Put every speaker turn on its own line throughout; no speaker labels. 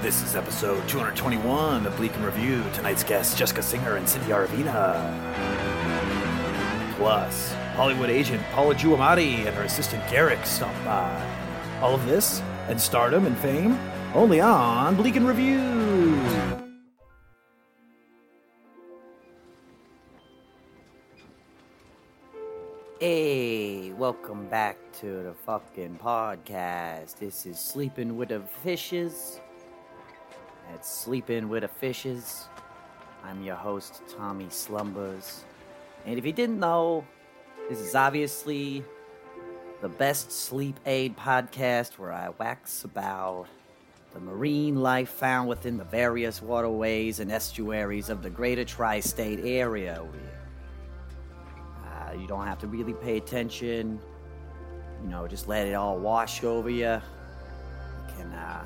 This is episode 221 of Bleak and Review. Tonight's guests, Jessica Singer and Cindy Aravina. Plus, Hollywood agent Paula Giamatti and her assistant Garrick stop by. All of this and stardom and fame only on Bleak and Review.
Hey, welcome back to the fucking podcast. This is Sleeping with the Fishes. That's Sleeping with the Fishes. I'm your host, Tommy Slumbers. And if you didn't know, this is obviously the best sleep aid podcast where I wax about the marine life found within the various waterways and estuaries of the greater tri state area. Uh, you don't have to really pay attention. You know, just let it all wash over you. You can uh,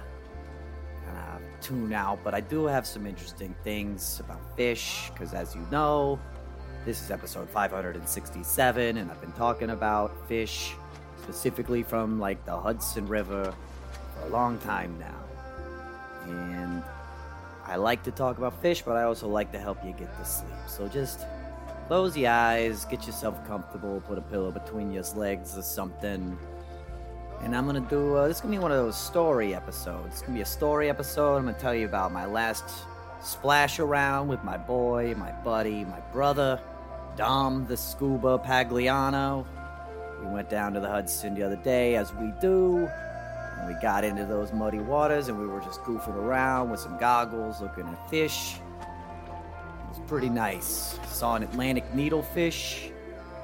kind of tune out. But I do have some interesting things about fish, because as you know, this is episode 567, and I've been talking about fish specifically from like the Hudson River for a long time now. And I like to talk about fish, but I also like to help you get to sleep. So just close your eyes, get yourself comfortable, put a pillow between your legs or something. And I'm gonna do. Uh, this is gonna be one of those story episodes. It's gonna be a story episode. I'm gonna tell you about my last splash around with my boy, my buddy, my brother, Dom the Scuba Pagliano. We went down to the Hudson the other day, as we do. And we got into those muddy waters, and we were just goofing around with some goggles, looking at fish. It was pretty nice. Saw an Atlantic needlefish,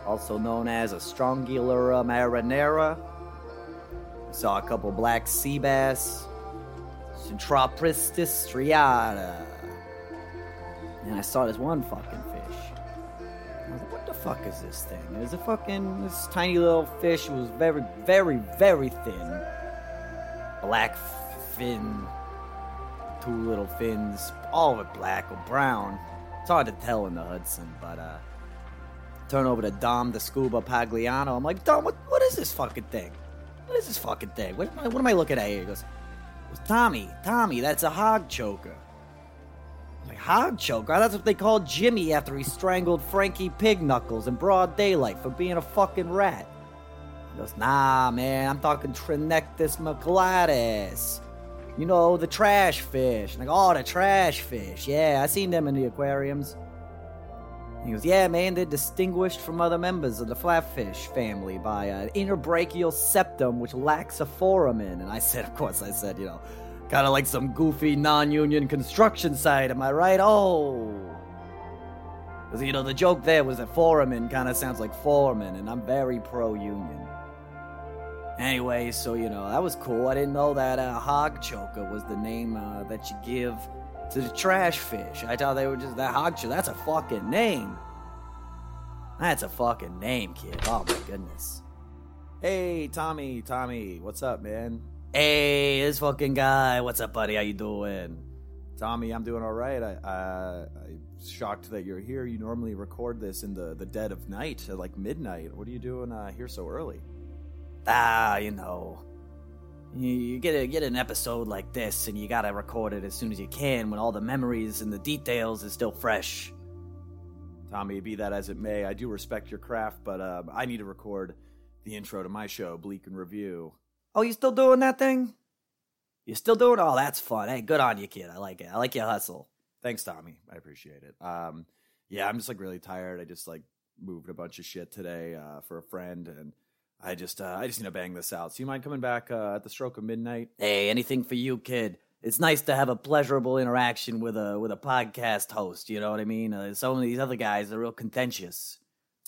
also known as a Strongylura marinara. I saw a couple black sea bass, Centropristis striata. And I saw this one fucking fish. I was like, what the fuck is this thing? It was a fucking, this tiny little fish. It was very, very, very thin. Black fin two little fins, all of it black or brown. It's hard to tell in the Hudson, but uh turn over to Dom the scuba Pagliano. I'm like, Dom, what, what is this fucking thing? What is this fucking thing? What am I, what am I looking at here? He goes, "It's Tommy, Tommy, that's a hog choker. I'm like, hog choker? That's what they called Jimmy after he strangled Frankie Pig Knuckles in broad daylight for being a fucking rat. He goes, nah, man, I'm talking Trinectus maculatus. You know, the trash fish. Like, oh, the trash fish. Yeah, I seen them in the aquariums. And he goes, yeah, man, they're distinguished from other members of the flatfish family by an interbrachial septum which lacks a foramen. And I said, of course, I said, you know, kind of like some goofy non-union construction site, am I right? Oh. Because, you know, the joke there was that foreman kind of sounds like foreman, and I'm very pro union. Anyway, so, you know, that was cool. I didn't know that uh, hog choker was the name uh, that you give to the trash fish. I thought they were just that hog choker. That's a fucking name. That's a fucking name, kid. Oh, my goodness. Hey, Tommy, Tommy, what's up, man? Hey, this fucking guy. What's up, buddy? How you doing?
Tommy, I'm doing all right. I, uh, I'm shocked that you're here. You normally record this in the, the dead of night, at like midnight. What are you doing uh, here so early?
ah, you know, you, you get a, get an episode like this, and you gotta record it as soon as you can when all the memories and the details is still fresh.
Tommy, be that as it may, I do respect your craft, but um, I need to record the intro to my show, Bleak and Review.
Oh, you still doing that thing? You still doing? Oh, that's fun. Hey, good on you, kid. I like it. I like your hustle.
Thanks, Tommy. I appreciate it. Um, yeah, I'm just like really tired. I just like moved a bunch of shit today uh, for a friend, and I just uh, I just need to bang this out. So you mind coming back uh, at the stroke of midnight?
Hey, anything for you, kid. It's nice to have a pleasurable interaction with a with a podcast host. You know what I mean? Uh, some of these other guys are real contentious.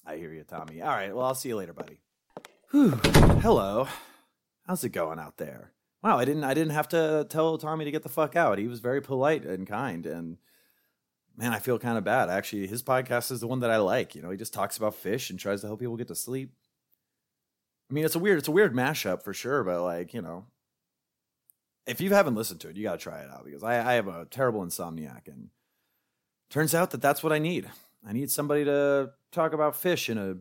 I hear you, Tommy. All right, well I'll see you later, buddy. Whew. Hello. How's it going out there? Wow, I didn't I didn't have to tell Tommy to get the fuck out. He was very polite and kind and man, I feel kind of bad. Actually, his podcast is the one that I like. You know, he just talks about fish and tries to help people get to sleep. I mean, it's a weird, it's a weird mashup for sure, but like, you know, if you haven't listened to it, you got to try it out because I, I have a terrible insomniac and turns out that that's what I need. I need somebody to talk about fish in a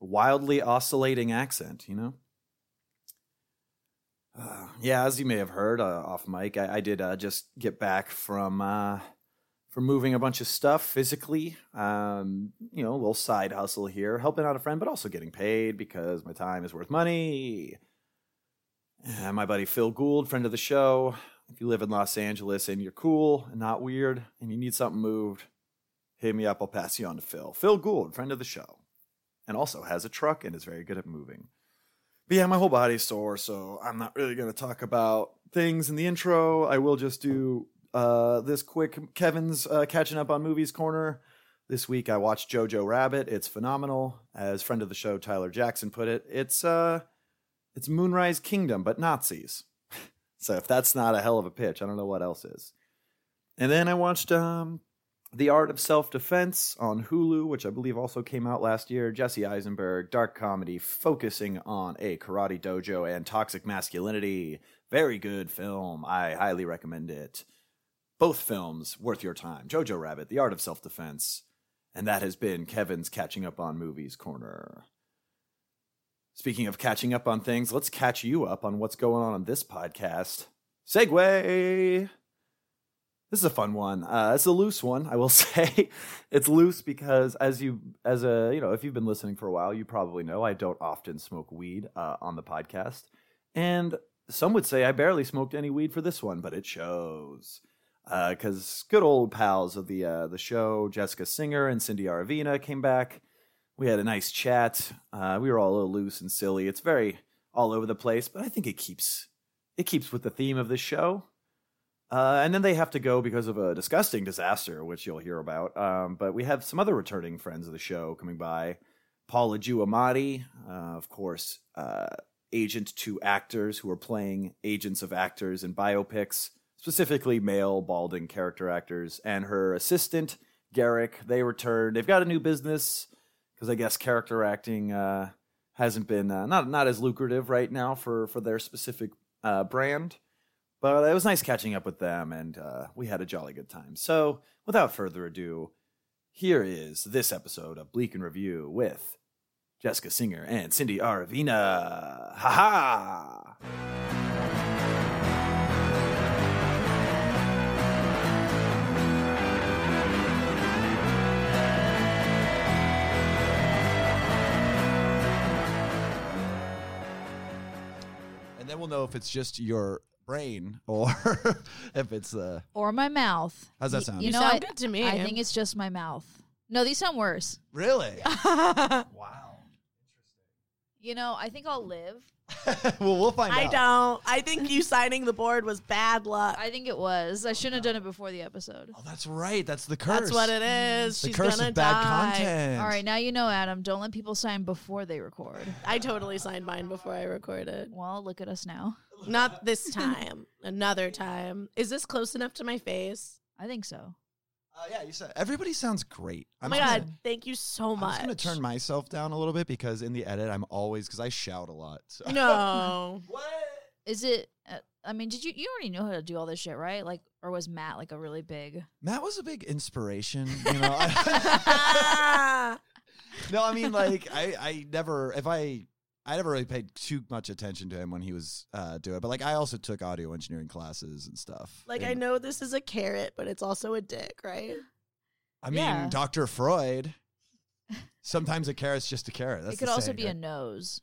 wildly oscillating accent, you know? Uh, yeah, as you may have heard uh, off mic, I, I did uh, just get back from uh, from moving a bunch of stuff physically. Um, you know, a little side hustle here, helping out a friend, but also getting paid because my time is worth money. And my buddy Phil Gould, friend of the show. If you live in Los Angeles and you're cool and not weird and you need something moved, hit me up. I'll pass you on to Phil. Phil Gould, friend of the show, and also has a truck and is very good at moving. But yeah, my whole body's sore, so I'm not really going to talk about things in the intro. I will just do uh, this quick Kevin's uh, catching up on movies corner. This week I watched Jojo Rabbit. It's phenomenal. As friend of the show Tyler Jackson put it, it's uh it's Moonrise Kingdom but Nazis. so if that's not a hell of a pitch, I don't know what else is. And then I watched um the Art of Self Defense on Hulu, which I believe also came out last year. Jesse Eisenberg, dark comedy focusing on a karate dojo and toxic masculinity. Very good film. I highly recommend it. Both films worth your time. Jojo Rabbit, The Art of Self Defense. And that has been Kevin's Catching Up on Movies Corner. Speaking of catching up on things, let's catch you up on what's going on on this podcast. Segway! This is a fun one. Uh, it's a loose one, I will say. it's loose because, as you, as a, you know, if you've been listening for a while, you probably know I don't often smoke weed uh, on the podcast, and some would say I barely smoked any weed for this one, but it shows because good old pals of the uh, the show, Jessica Singer and Cindy Aravina, came back. We had a nice chat. Uh, we were all a little loose and silly. It's very all over the place, but I think it keeps it keeps with the theme of this show. Uh, and then they have to go because of a disgusting disaster, which you'll hear about. Um, but we have some other returning friends of the show coming by. Paula Giamatti, uh, of course, uh, agent to actors who are playing agents of actors in biopics, specifically male balding character actors, and her assistant Garrick. They return. They've got a new business because I guess character acting uh, hasn't been uh, not not as lucrative right now for for their specific uh, brand. But it was nice catching up with them, and uh, we had a jolly good time. So, without further ado, here is this episode of Bleak and Review with Jessica Singer and Cindy Aravina. Ha ha! And then we'll know if it's just your brain or if it's uh,
or my mouth.
How's that
Y-
sound?
You,
You
know,
sound
I,
good to me.
I think it's just my mouth. No, these sound worse.
really wow.
You know, I think I'll live.
well, we'll find
I
out.
don't. I think you signing the board was bad luck.
I think it was. I shouldn't have done it before the episode.
Oh, that's right. That's the curse.
That's what it is.
The
She's
curse
gonna
of bad
die.
content.
All right, now you know, Adam. Don't let people sign before they record.
I totally signed mine before I recorded.
Well, look at us now.
Not this time. Another time. Is this close enough to my face?
I think so.
Uh, yeah, you said everybody sounds great.
Oh
I'm
my
just
god!
gonna-
Thank you so
I'm
much.
just gonna turn myself down a little bit because in the edit I'm always because I shout a lot. So.
No.
What?
Is it? Uh, I mean, did you? You already know how to do all this shit, right? Like, or was Matt like a really big?
Matt was a big inspiration. You know.
Ah.
no, I mean like I I never if I. I never really paid too much attention to him when he was uh, doing it, but like I also took audio engineering classes and stuff.
like
And,
I know this is a carrot, but it's also a dick, right?
I mean,
Yeah.
Doctor Freud. Sometimes a carrot's just a carrot. That's
it could
the
also
saying,
be
right?
a nose.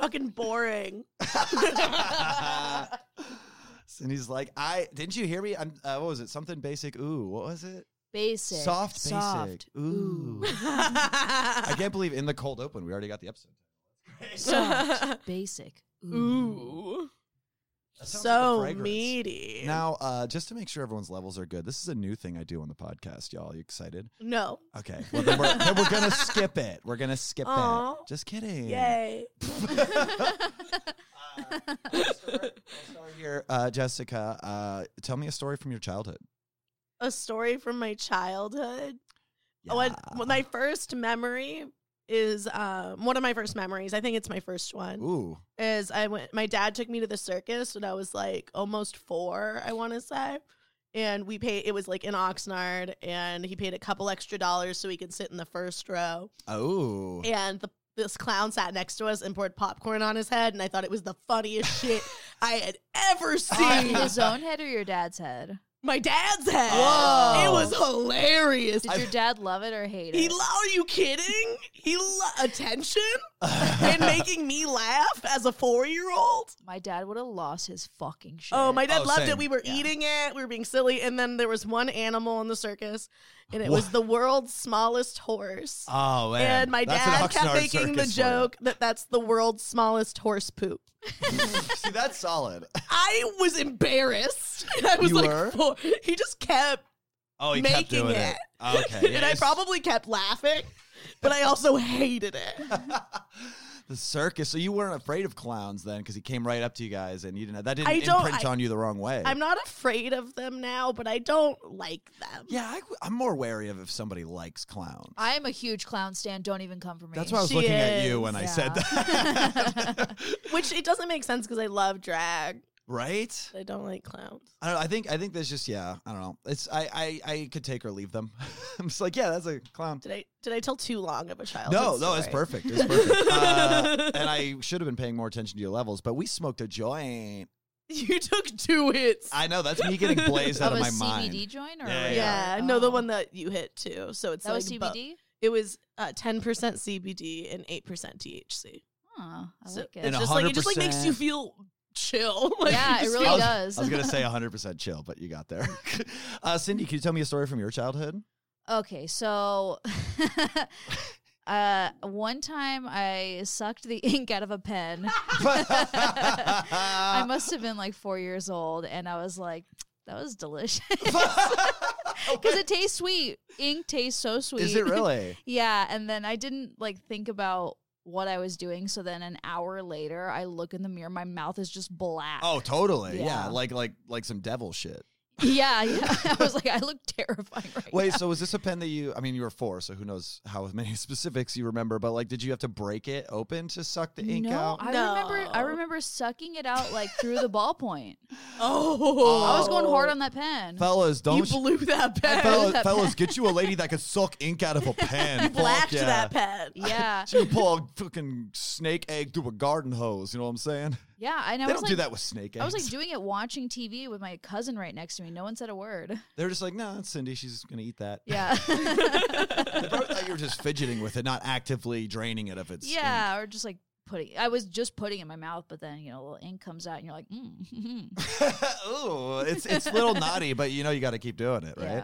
Fucking boring.
and he's like, I didn't you hear me? I'm, uh, what was it? Something basic. Ooh, what was it?
Basic.
Soft basic.
Soft.
Ooh. I
I
can't believe in the cold open we already got the episode.
Soft. basic.
Ooh.
That sounds like a
So
fragrance.
meaty.
Now, uh, just to make sure everyone's levels are good, this is a new thing I do on the podcast, y'all. You excited?
no.
Okay. Well, then we're, then we're gonna skip it. We're gonna skip
Aw.
it. Just kidding. Uh,
Yay.
Sorry here, uh, Jessica. Uh, tell me a story from your childhood.
A story from my childhood. What what my first memory is um, one of my first memories. I think it's my first one.
Ooh.
Is I went. My dad took me to the circus when I was like almost four. I want to say, and we paid. It was like in Oxnard, and he paid a couple extra dollars so we could sit in the first row.
Oh.
And the, this clown sat next to us and poured popcorn on his head, and I thought it was the funniest shit I had ever
on
seen.
his own head or your dad's head?
My dad's head.
Whoa.
It was hilarious.
Did your dad love it or hate
He
it?
lo- are you kidding? He lo- attention and making me laugh as a four year old.
My dad would have lost his fucking shit.
Oh, my dad
Oh,
loved
same.
it. We were
Yeah.
eating it. We were being silly, and then there was one animal in the circus, and it
What?
was the world's smallest horse.
Oh man.
and my
That's an
dad kept
Oxnard
making the
circus for you.
joke that that's the world's smallest horse poop.
See, that's solid.
I was embarrassed. And I was
You
like,
were?
four. he just kept,
Oh, he kept
making
doing it. Oh,
it.
Okay.
and I
yes.
probably kept laughing, but I also hated it.
the circus. So you weren't afraid of clowns then, because he came right up to you guys, and you didn't. That didn't
I don't-
imprint
I-
on you the wrong way.
I'm not afraid of them now, but I don't like them.
yeah, I, am more wary of if somebody likes clowns.
I am a huge clown stan. Don't even come for me.
That's why I was
She
looking at you
is,
when I said that.
Which it doesn't make sense because I love drag.
right?
but I don't like clowns.
I don't know. I think I think there's just yeah. I don't know. It's I I, I could take or leave them. I'm just like yeah, that's a clown.
Did I did I tell too long of a child?
No, no, it's perfect. It's perfect. Uh, and I should have been paying more attention to your levels, but we smoked a joint.
You took two hits.
I know that's me getting blazed out
of
of,
a
my
CBD
mind.
joint or
Yeah,
a-
yeah, no, the
Oh.
one that you hit too. So it's
that was
like bo-
CBD.
it was uh, ten percent CBD and eight percent THC.
Huh, I
So uh,
like
It's
it.
And a-
just like it just like makes
100%.
you feel chill. Like,
Yeah,
you
it
just
really
I
feel-
was-
does.
I was gonna say 100 percent chill, but you got there. uh, Cindy, can you tell me a story from your childhood?
Okay, so uh, one time I sucked the ink out of a pen. I must have been like four years old, and I was like, "That was delicious." Because it tastes sweet. Ink tastes so sweet.
Is it really?
yeah. And then I didn't like think about what I was doing. So then an hour later, I look in the mirror. My mouth is just black.
Oh, totally. Yeah.
Yeah.
like like like some devil shit.
Yeah. yeah. I was like, I look terrifying right
Wait, so was this a pen that you? I mean, you were four, so who knows how many specifics you remember? But like, did you have to break it open to suck the ink
no,
out?
I remember. I
No.
remember sucking it out like through the ballpoint.
oh,
I was going hard on that pen.
fellas,
You
Oh, don't. sh-
blew that pen.
fellas,
that
fellas, get you a lady that could suck ink out of a pen. Fuck
Blacked
yeah.
that pen.
yeah,
She could pull a fucking snake egg through a garden hose. You know what I'm saying?
yeah. And I
they
was like,
don't do that with snake eggs.
I was like doing it watching TV with my cousin right next to me. No one said a word.
They're just like, no, nah, Cindy, she's gonna eat that.
Yeah.
They probably thought you were just fidgeting with it, not actively draining it of its. ink.
yeah, or just like putting. I was just putting it in my mouth, but then you know, a little ink comes out, and you're like, mm.
Ooh, it's it's a little naughty, but you know you got to keep doing it, right?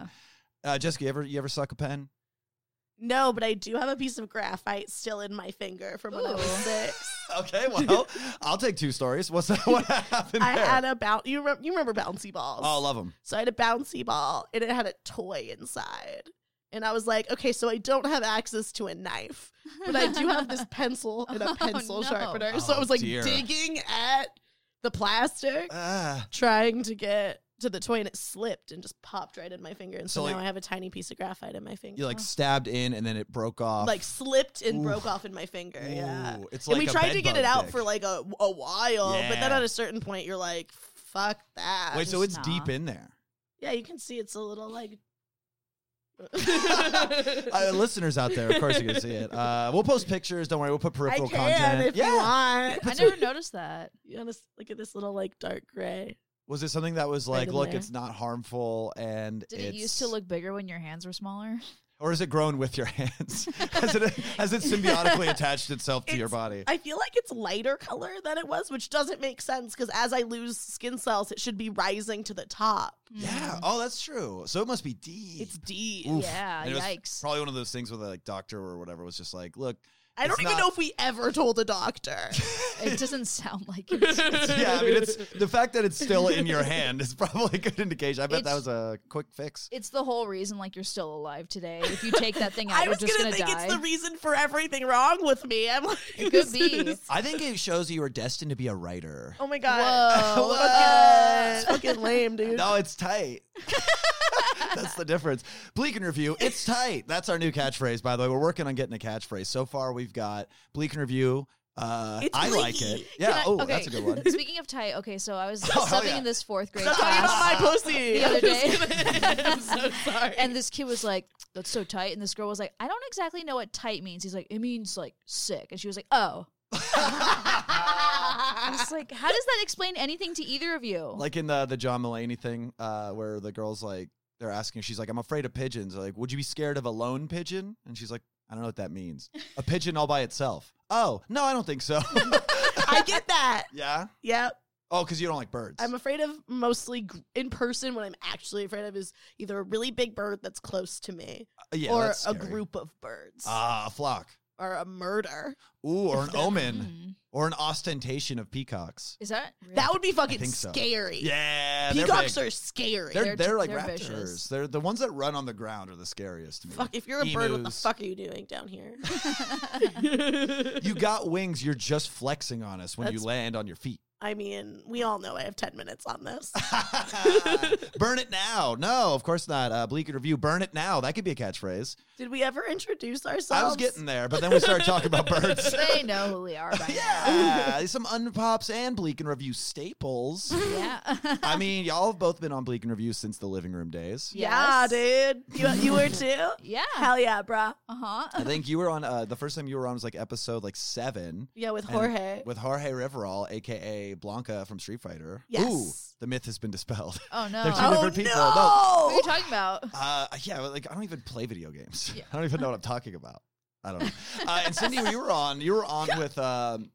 Yeah.
Uh, Jessica, you ever you ever suck a pen?
No, but I do have a piece of graphite still in my finger from when I was
Ooh.
six.
Okay, well, I'll take two stories. What's that? What happened
I
there?
had a bounce. You, rem- you remember bouncy balls?
oh, love them.
so I had a bouncy ball, and it had a toy inside. And I was like, okay, so I don't have access to a knife, but I do have this pencil and a
Oh,
pencil
no.
sharpener. so
Oh,
I was like
dear. Uh.
digging at the plastic,
Ah.
trying to get to the toy, and it slipped and just popped right in my finger. And so,
So, like-
now I have a tiny piece of graphite in my finger.
you like stabbed in, and then it broke off.
Oh. like slipped and
Oof.
broke off in my finger. Yeah.
Ooh, it's
and
like
we
a
tried to get
bedbug
it out
dick.
for like a, a while, but then
Yeah.
at a certain point, you're like, fuck that.
Wait, so
just
it's
nah.
deep in there.
yeah, you can see it's a little like.
Uh, listeners out there, of course you can see it. Uh, we'll post pictures. Don't worry, we'll put
I
peripheral
can
content.
if you want.
I never noticed that.
You want to look at this little like dark gray?
Was it something that was
Right
like,
in
look,
there.
it's not harmful, and
Did
it's,
it used to look bigger when your hands were smaller?
or is it grown with your hands? has it has it symbiotically attached itself to your
It's-
body?
I feel like it's lighter color than it was, which doesn't make sense because as I lose skin cells, it should be rising to the top.
yeah. Oh, that's true. So it must be deep.
mm. It's deep.
Oof.
Yeah,
And it was
yikes.
Probably one of those things where the like doctor or whatever was just like, look,
I don't
It's
even
not-
know if we ever told a doctor. Mm.
It doesn't sound like it.
yeah, I mean, it's the fact that it's still in your hand is probably a good indication. I bet that
It's-
was a quick fix.
It's the whole reason like you're still alive today. If you take that thing out,
I
you're
was
just
gonna
gonna,
think
die.
it's the reason for everything wrong with me. I'm like,
It
this
could be.
is-
I think it shows you were destined to be a writer.
Oh my
Whoa.
god!
What?
It's fucking lame, dude.
No, it's tight. That's the difference. Bleak and Review, it's tight. That's our new catchphrase, by the way. We're working on getting a catchphrase. So far, we've got Bleak and Review. Uh,
It's
I like
bleak.
it. Yeah.
Can I-
oh,
okay.
that's a good one.
Speaking of tight, okay, so I was
Oh, hell
subbing
yeah.
in this fourth grade
Stop talking
class.
about my pussy.
the other
I'm just
day.
kidding. I'm so sorry.
And this kid was like, "That's so tight," and this girl was like, "I don't exactly know what tight means." He's like, "It means like sick," and she was like, "Oh." I'm just like, how does that explain anything to either of you?
like in the the John Mulaney thing, uh, where the girls like they're asking, she's like, "I'm afraid of pigeons." They're like, would you be scared of a lone pigeon? And she's like, "I don't know what that means. A pigeon all by itself." Oh no, I don't think so.
I get that.
yeah.
Yep.
Oh, because you don't like birds.
I'm afraid of mostly gr- in person. What I'm actually afraid of is either a really big bird that's close to me,
Uh, yeah,
or
that's
a
scary.
group of birds,
Ah, a flock.
or a murder.
Ooh, or an omen,
Mm-hmm.
Mhm.
or an ostentation of peacocks.
Is that real?
That would be fucking
think so.
scary.
Yeah, they're
Peacocks
big.
are scary.
They're,
They're-
they're, like
they're
raptors.
vicious.
They're the ones that run on the ground are the scariest to me.
fuck, if you're a bird, what the
Emus.
fuck are you doing down here?
You got wings. You're just flexing on us when you
That's-
land on your feet.
I mean, we all know I have 10 minutes on this.
burn it now. No, of course not. Uh, Bleak and Review, burn it now. That could be a catchphrase.
Did we ever introduce ourselves?
I was getting there, but then we started talking about birds.
they know who we are by
yeah, some unpops and Bleak and Review staples.
now. Yeah.
I mean, y'all have both been on Bleak and Review since the living room days.
Yeah,
Yes.
dude. You, you were too?
Yeah.
Hell yeah, bruh.
Uh
I
huh.
think you were on uh, the first time you were on was like episode like seven
Yeah, with
And-
Jorge.
with Jorge Riverol, aka Blanca from Street Fighter.
Yes.
Ooh, the myth has been dispelled.
Oh no.
They're two
oh,
different people. No.
What are you
No.
talking about?
Uh, yeah, but, like I don't even play video games.
Yeah.
I don't even know what I'm talking about. I don't know. Uh, and Cindy, you were on. You were on with um,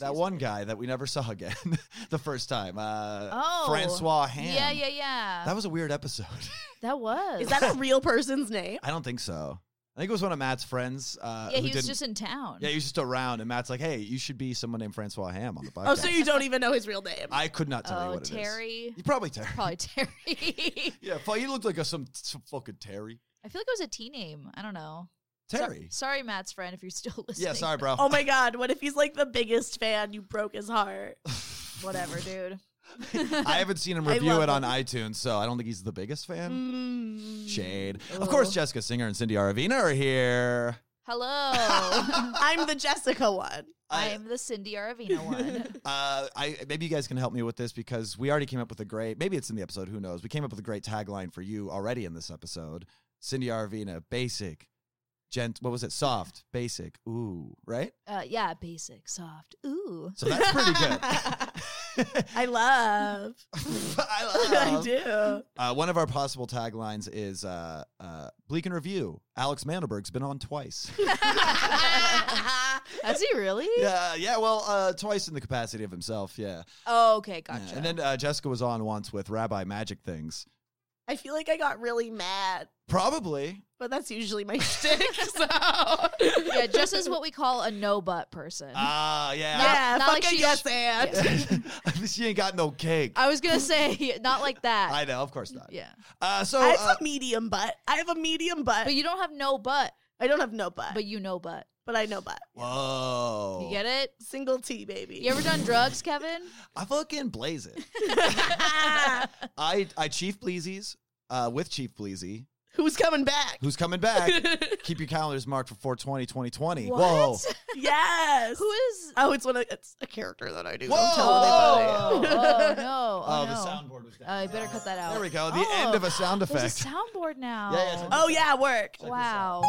that one guy that we never saw again the first time. Uh,
Oh.
Francois Ham.
Yeah, yeah, yeah.
That was a weird episode.
That was.
Is that a real person's name?
I don't think so. I think it was one of Matt's friends. Uh,
yeah,
who
he was
didn't-
just in town.
Yeah, he was just around, and Matt's like, "Hey, you should be someone named Francois Ham on the podcast."
Oh, so you don't even know his real name.
I could not tell you
oh,
what it
Terry.
is. You probably Terry.
Probably Terry.
Yeah, fu- you looked like a some, some fucking Terry.
I feel like it was a T name. I don't know. So-
Terry.
sorry, Matt's friend, if you're still listening.
yeah, sorry, bro.
oh my god, what if he's like the biggest fan? You broke his heart.
Whatever, dude.
I haven't seen him
I
review
love
it on
him.
iTunes, so I don't think he's the biggest fan.
Mm.
Shade. Of course, Jessica Singer and Cindy Aravina are here.
Hello.
I'm the Jessica one.
I
I-
am the Cindy Aravina one.
Uh, I maybe you guys can help me with this because we already came up with a great. Maybe it's in the episode. Who knows? We came up with a great tagline for you already in this episode. Cindy Aravina, basic, gent. What was it? Soft, basic. Ooh, right.
Uh, yeah, basic, soft. Ooh.
So that's pretty good.
I love.
I
I do.
Uh, one of our possible taglines is uh, uh, Bleak and Review. Alex Mandelberg's been on twice.
Has he really?
yeah, yeah. Well, uh, twice in the capacity of himself. Yeah.
Oh, okay,
Yeah,
gotcha.
And then uh, Jessica was on once with Rabbi Magic Things.
I feel like I got really mad,
Probably.
but that's usually my shtick. So
yeah, just as what we call a no butt person.
Ah, yeah.
yeah,
not
fucking
like she-
yes and.
Yeah.
she ain't got no cake. I,
I was gonna say not like that.
know, of course not.
yeah,
Uh, so,
I
uh,
have a medium butt. I have a medium butt.
but you don't have no butt,
I don't have no butt, but,
but you know butt.
I know butt.
whoa.
You get it?
Single T, baby.
You ever done drugs, Kevin?
I fucking blaze it. I, I Chief Bleazies uh, with Chief Bleazy,
Who's coming back?
who's coming back. Keep your calendars marked for 420 2020.
What?
Whoa.
yes.
Who is?
Oh, it's one of it's a character that I do.
Whoa.
Don't
Oh,
tell
oh,
anybody.
no!
Oh,
Oh,
the
no.
soundboard was down.
Oh, you better cut that out. Oh,
There we go. The end of a sound
There's
effect.
a soundboard now.
Yeah, yeah, it's like-
Oh yeah, work.
wow.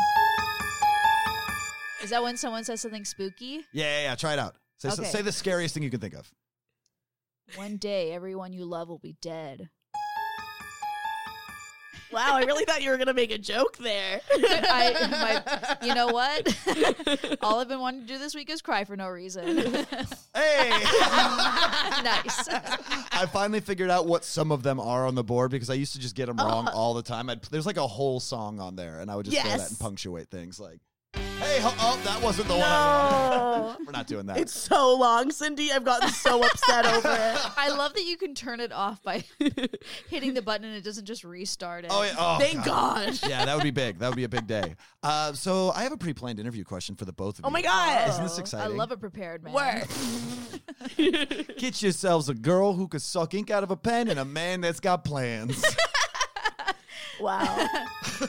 Is that when someone says something spooky?
yeah, yeah, yeah. Try it out. Say,
Okay.
say the scariest thing you can think of.
One day, everyone you love will be dead.
Wow, I really thought you were gonna make a joke there.
I, my, you know what? All I've been wanting to do this week is cry for no reason.
Hey.
nice.
I finally figured out what some of them are on the board because I used to just get them wrong all the time. I'd, there's like a whole song on there, and I would just go that
Uh-huh. Yes.
and punctuate things like, "Hey, ho- oh, that wasn't the
No.
one." We're not doing that.
It's so long, Cindy. I've gotten so upset over it.
I love that you can turn it off by hitting the button and it doesn't just restart it.
oh, yeah, oh,
Thank God.
yeah, that would be big. That would be a big day. Uh, so I have a pre-planned interview question for the both of you.
Oh my God.
Isn't this
Oh, I
exciting?
love a prepared man.
Work.
Get yourselves a girl who could suck ink out of a pen and a man that's got plans.
Wow.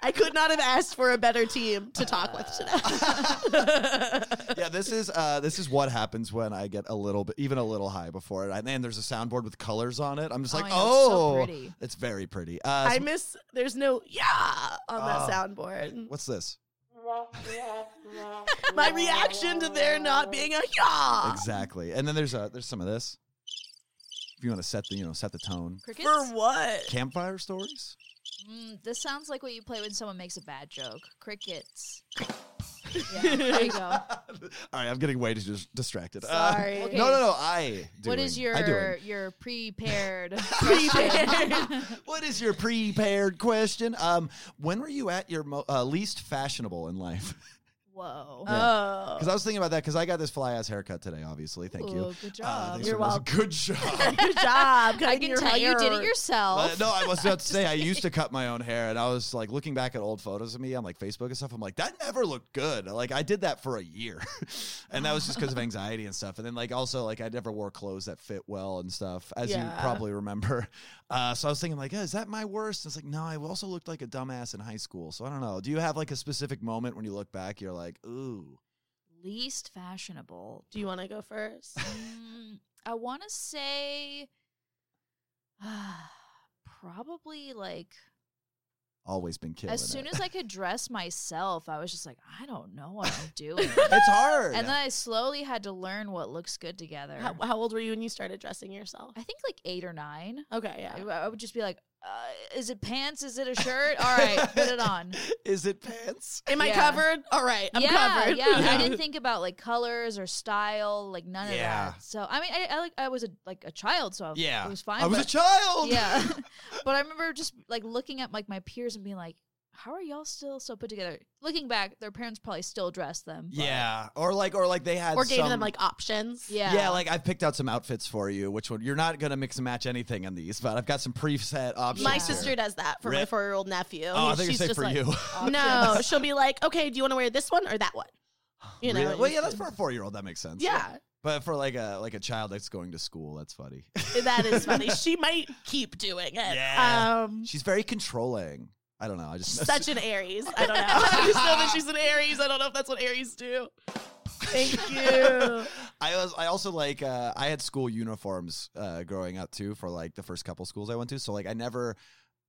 I could not have asked for a better team to talk with
Uh,
today.
yeah, this is uh, this is what happens when I get a little bit, even a little high before it. And then there's a soundboard with colors on it. I'm just
Oh,
like,
I
oh,
know, it's so pretty."
it's very pretty. Uh,
I miss there's no yeah on that
Oh.
soundboard.
what's this?
My reaction to there not being a yaw
Exactly. And then there's a there's some of this. If you want to set the you know set the tone.
Crickets?
for what?
Campfire stories.
Mm, this sounds like what you play when someone makes a bad joke. Crickets. Yeah, there you go.
All right, I'm getting way too dis- distracted. Uh,
Sorry.
Okay.
No, no, no. I. Doing,
What is
I
your
doing.
your prepared?
Prepared.
What is your prepared question? Um, when were you at your mo- uh, least fashionable in life?
Whoa.
Oh.
Because I was thinking about that because I got this fly ass haircut today. Obviously, thank you.
Ooh, Good
Uh,
job.
thanks
You're
for listening. Good job.
Good job.
I
cutting
can
your
tell you did
hair.
it yourself.
Uh, no, I was about to say I used to cut my own hair, and I was like looking back at old photos of me on like Facebook and stuff. I'm like, that never looked good. Like I did that for a year, and that was just because of anxiety and stuff. And then like also like I never wore clothes that fit well and stuff, as you
Yeah.
probably remember. Uh, so I was thinking like, "Yeah, is that my worst? And it's like, no, I also looked like a dumbass in high school. So I don't know. Do you have like a specific moment when you look back, you're like, ooh,
Least fashionable.
Do you want to go first?
Mm, I want to say probably like
always been killing.
as soon
it.
as I could dress myself, I was just like, I don't know what I'm doing.
it's hard.
and then I slowly had to learn what looks good together.
how, how old were you when you started dressing yourself?
I think like eight or nine.
Okay,
I,
yeah.
I would just be like, uh, is it pants? Is it a shirt? All right, put it on.
is it pants?
Am I
Yeah.
covered? All right, I'm
yeah,
covered.
yeah. I didn't think about like colors or style, like none
Yeah.
of that. So I mean, I, I like I was a, like a child, so I,
Yeah.
it was fine.
I was a
but-
child.
yeah, but I remember just like looking at like my peers and being like, "How are y'all still so put together?" Looking back, their parents probably still dressed them. but-
Yeah, or like, or like they had
or gave
some,
them like options.
yeah,
yeah, like I've picked out some outfits for you, which one you're not gonna mix and match anything on these, but I've got some preset options.
My
Yeah.
sister
here.
does that for my
Rip.
four-year-old nephew.
Oh, I think
She's
it's safe
just
for
like,
you.
No, she'll be like, okay, do you want to wear this one or that one? You know,
Really? Well,
it's
yeah, that's
just-
for a four year old. That makes sense.
Yeah,
but for like a like a child that's going to school, that's funny.
that is funny. she might keep doing it.
Yeah.
Um,
She's very controlling. I don't know. I just
such an Aries. I don't know. I just know that she's an Aries. I don't know if that's what Aries do. Thank you.
I was. I also like. Uh, I had school uniforms uh, growing up too for like the first couple schools I went to. So like I never.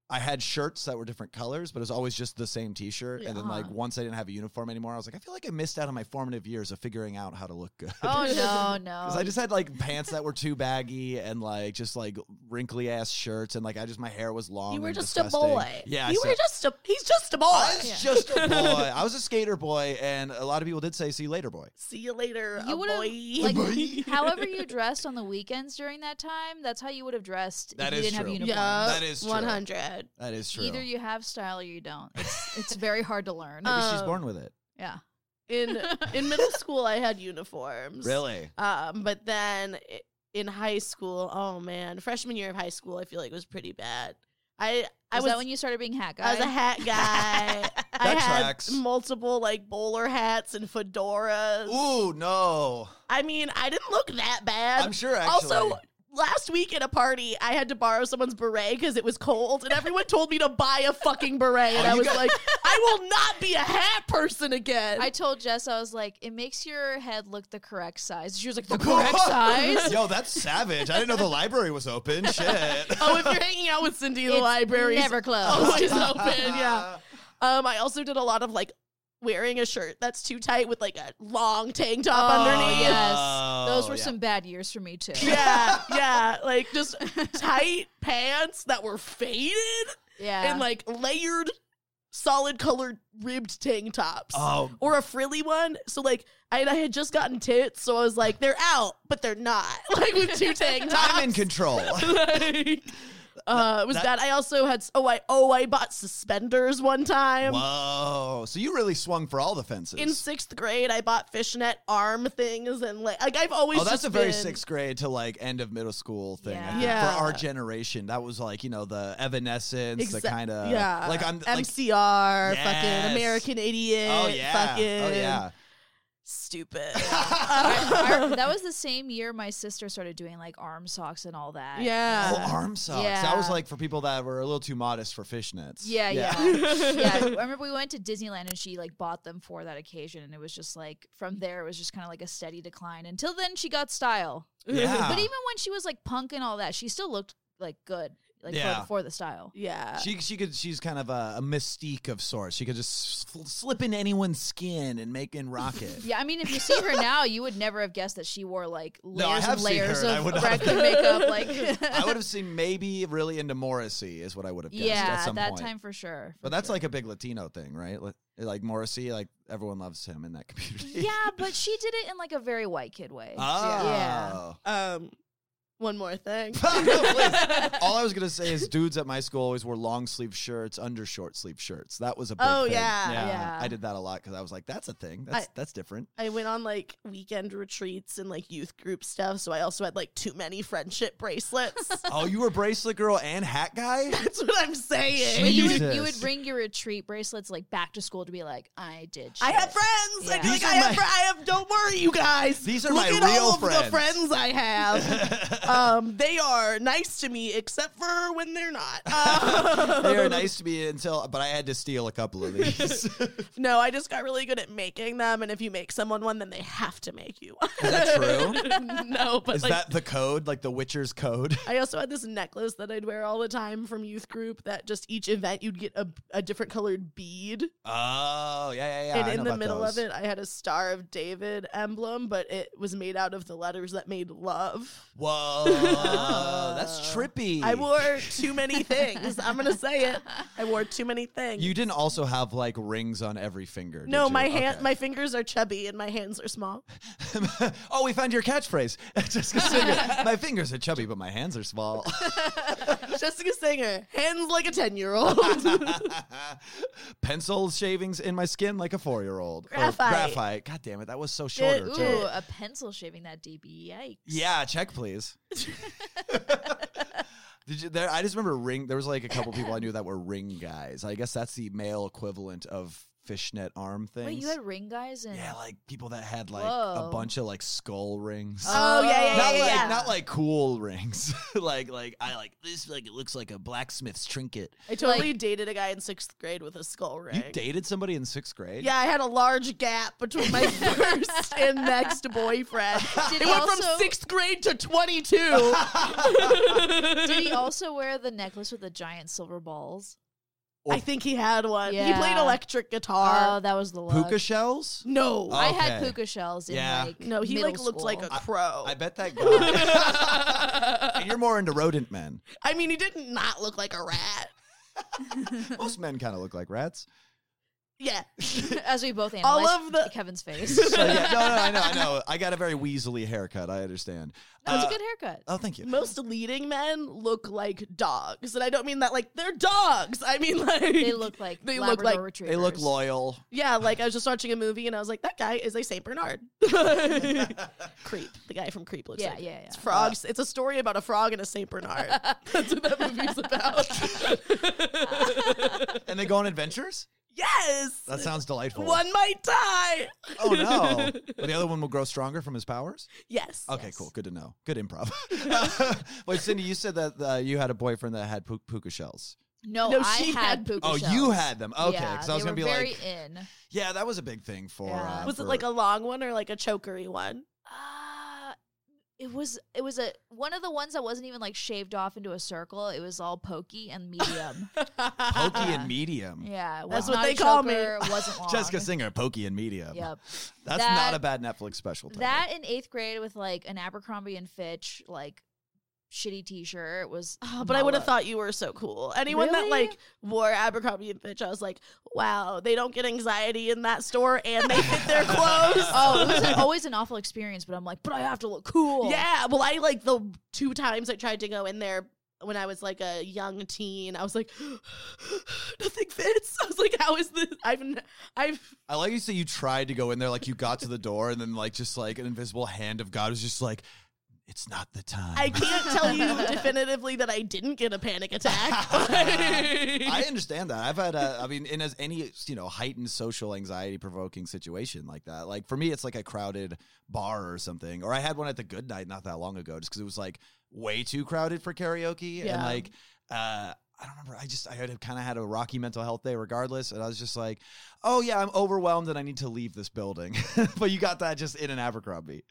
I had shirts that were different colors, but it was always just the same T-shirt. And then
Yeah.
like once I didn't have a uniform anymore, I was like, I feel like I missed out on my formative years of figuring out how to look good.
Oh no, no.
Because I just had like pants that were too baggy and like just like wrinkly ass shirts and like I just my hair was long.
You were
and
just
disgusting.
a boy.
Yeah, I
you
said-
were just a. He's just a boy.
I was
Yeah.
just a boy. I was a skater boy, and a lot of people did say "see you later, boy."
See you later,
You
a
would've,
boy.
like, However, you dressed on the weekends during that time, that's how you would have dressed if
That
you
is
didn't have
true.
a uniform.
yeah,
That is true.
one hundred.
That is true.
Either you have style or you don't. It's, it's very hard to learn.
Maybe she's
Um,
born with it.
yeah.
In in middle school, I had uniforms.
Really?
Um, but then i- in high school, oh man, freshman year of high school, I feel like was pretty bad. I I
Was,
was
that when you started being hat guy?
I was a hat guy. I
That
had
tracks.
multiple like bowler hats and fedoras.
Ooh, no.
I mean, I didn't look that bad.
I'm sure actually.
Also, last week at a party, I had to borrow someone's beret because it was cold, and everyone told me to buy a fucking beret, and
Oh,
I
you
was
got-
like, I will not be a hat person again.
I told Jess, I was like, it makes your head look the correct size. She was like, the correct size?
Yo, that's savage. I didn't know the library was open. Shit.
oh, if you're hanging out with Cindy, in the
It's
library
Never closed.
always open. Yeah. Um, I also did a lot of like wearing a shirt that's too tight with like a long tank top
Oh,
underneath.
yes.
Oh,
Those were
yeah.
some bad years for me, too.
Yeah, yeah, like just tight pants that were faded
Yeah.
and like layered, solid colored ribbed tank tops.
Oh,
or a frilly one. So like I, I had just gotten tits, so I was like, they're out, but they're not. Like with two tank
I'm in
tops.
control.
like, uh, it was
That-
that, I also had oh I oh I bought suspenders one time.
Whoa. So you really swung for all the fences.
In sixth grade, I bought fishnet arm things and like like I've always
oh, that's
just
a very
been-
sixth grade to like end of middle school thing. I
Yeah.
think.
Yeah.
For our generation, that was like, you know, the evanescence, the
Exa-
kind of.
yeah
Like, I'm. Like,
MCR
Yes.
fucking American idiot
oh, yeah.
fucking
Oh, yeah.
stupid
Our- that was the same year my sister started doing like arm socks and all that.
yeah
Oh, arm socks. That
Yeah.
was like for people that were a little too modest for fishnets.
Yeah, yeah. yeah. I remember we went to Disneyland and she like bought them for that occasion and it was just like from there it was just kind of like a steady decline. Until then she got style.
Yeah.
But even when she was like punk and all that, she still looked like good. like
Yeah.
for, for the style.
Yeah.
She she could she's kind of a, a mystique of sorts. She could just sl- slip in anyone's skin and make in rocket.
Yeah, I mean, if you see her now, you would never have guessed that she wore like
No, I
layers
have
and
seen
layers
her, and I
of
would not have-
raccoon makeup. Like,
I would have seen maybe really into Morrissey is what I would have guessed
yeah,
at some
that
point.
time for sure. for
but that's
sure.
like a big Latino thing, right? Like, like Morrissey, like everyone loves him in that community.
yeah, but she did it in like a very white kid way.
Oh.
um, one more thing.
Please. All I was gonna say is, dudes at my school always wore long sleeve shirts under short sleeve shirts. That was a big
Oh,
thing.
yeah.
Yeah.
I did that a lot because I was like, "That's a thing. That's
I-
that's different."
I went on like weekend retreats and like youth group stuff, so I also had like too many friendship bracelets.
Oh, you were bracelet girl and hat guy.
That's what I'm saying.
But you would, you
Jesus.
would bring your retreat bracelets like back to school to be like, I did. Shit.
I have friends. Like,
Yeah.
like,
These
I,
are
have,
my-
fr- I have. Don't worry, you guys.
These are
Look
my
at
real
all of
friends.
the friends I have. um, they are nice to me, except for when they're not. Um,
they were nice to me until, but I had to steal a couple of these.
no, I just got really good at making them, and if you make someone one, then they have to make you. one.
Is that true?
no, but
Is
like.
that the code, like the Witcher's code?
I also had this necklace that I'd wear all the time from youth group that just each event you'd get a, a different colored bead.
Oh, yeah, yeah, yeah.
and
I
in
know
the
about
middle
those.
of it, I had a Star of David emblem, but it was made out of the letters that made love.
Whoa, that's trippy.
I wore too many things. I'm gonna say it. I wore too many things.
You didn't also have like rings on every finger. did
no,
you?
my hand,
Okay.
my fingers are chubby and my hands are small.
oh, we found your catchphrase. Jessica Singer. my fingers are chubby, but my hands are small.
Jessica Singer, hands like a ten year old.
Pencil shavings in my skin like a four year old.
Graphite.
graphite. God damn it, that was so shorter.
Ooh,
too.
a pencil shaving that deep. Yikes.
Yeah, check please. Did you, there, I just remember ring. There was like a couple people I knew that were ring guys. I guess that's the male equivalent of fishnet arm things.
Wait, you had ring guys and
yeah, like people that had like a
Whoa.
bunch of like skull rings.
Oh, yeah, yeah,
not
yeah,
like
yeah.
not like cool rings. like like I like this. Like it looks like a blacksmith's trinket.
I totally dated a guy in sixth grade with a skull ring.
You dated somebody in sixth grade?
yeah, I had a large gap between my first and next boyfriend.
Did
it
he
went
also-
from sixth grade to twenty two.
Did he also wear the necklace with the giant silver balls?
I think he had one. He played
Yeah.
electric guitar.
Oh, that was the look.
Puka shells.
no,
Oh.
I had
Okay.
puka shells. In
Yeah.
Like
no, he
middle
like looked like a
school.
crow.
I bet that guy. You're more into rodent men.
I mean, he didn't not look like a rat.
Most men kind of look like rats.
Yeah.
as we both
All
analyzed
of the-
Kevin's face.
So, yeah, no, no, I know, I know. I got a very weaselly haircut. I understand.
That was
Uh,
a good haircut.
Oh, thank you.
Most leading men look like dogs. And I don't mean that like they're dogs. I mean like
They look like
they
Labrador
look like-
They
retrievers.
look loyal.
Yeah, like I was just watching a movie and I was like, that guy is a Saint Bernard. Creep. The guy from Creep looks
Yeah,
like
yeah, yeah.
It's frogs. it's a story about a frog and a Saint Bernard. That's what that movie's about.
And they go on adventures?
yes.
That sounds delightful.
one might die.
Oh, no. But the other one will grow stronger from his powers?
Yes.
Okay,
Yes.
cool. Good to know. Good improv. Wait, Cindy, you said that uh, you had a boyfriend that had pu- puka shells.
No,
No,
I
she
had,
had-
puka
Oh,
shells.
you had them. Okay.
Yeah,
Because I was
they
going to be
were very
like,
in.
yeah, that was a big thing for.
Yeah.
Uh,
Was it
for-
like a long one or like a chokery one?
Uh, it was it was a one of the ones that wasn't even like shaved off into a circle. It was all pokey and medium.
pokey
Yeah.
and medium?
yeah, it
That's
was
what
not
they
a
call me.
choker, it Wasn't long.
Jessica Singer, pokey and medium.
Yep.
That's
That-
not a bad Netflix special. title.
That in eighth grade with like an Abercrombie and Fitch like shitty T-shirt was.
Oh, but I
my
would have
look.
thought you were so cool. Anyone that
Really?
like wore Abercrombie and Fitch, I was like, wow, they don't get anxiety in that store and they fit their clothes.
Oh, it was an- always an awful experience, but I'm like, but I have to look cool.
yeah. Well, I like the two times I tried to go in there when I was like a young teen, I was like, nothing fits. I was like, how is this? I've, n- I've,
I like you say you tried to go in there, like you got to the door, and then like just like an invisible hand of God was just like, it's not the time.
I can't tell you definitively that I didn't get a panic attack.
I understand that. I've had, a, I mean, in as any you know heightened social anxiety provoking situation like that. Like for me, it's like a crowded bar or something. Or I had one at the Good Night not that long ago, just because it was like way too crowded for karaoke, and
Yeah.
like. uh I don't remember. I just I had kind of had a rocky mental health day, regardless, and I was just like, "Oh yeah, I'm overwhelmed and I need to leave this building." but you got that just in an Abercrombie.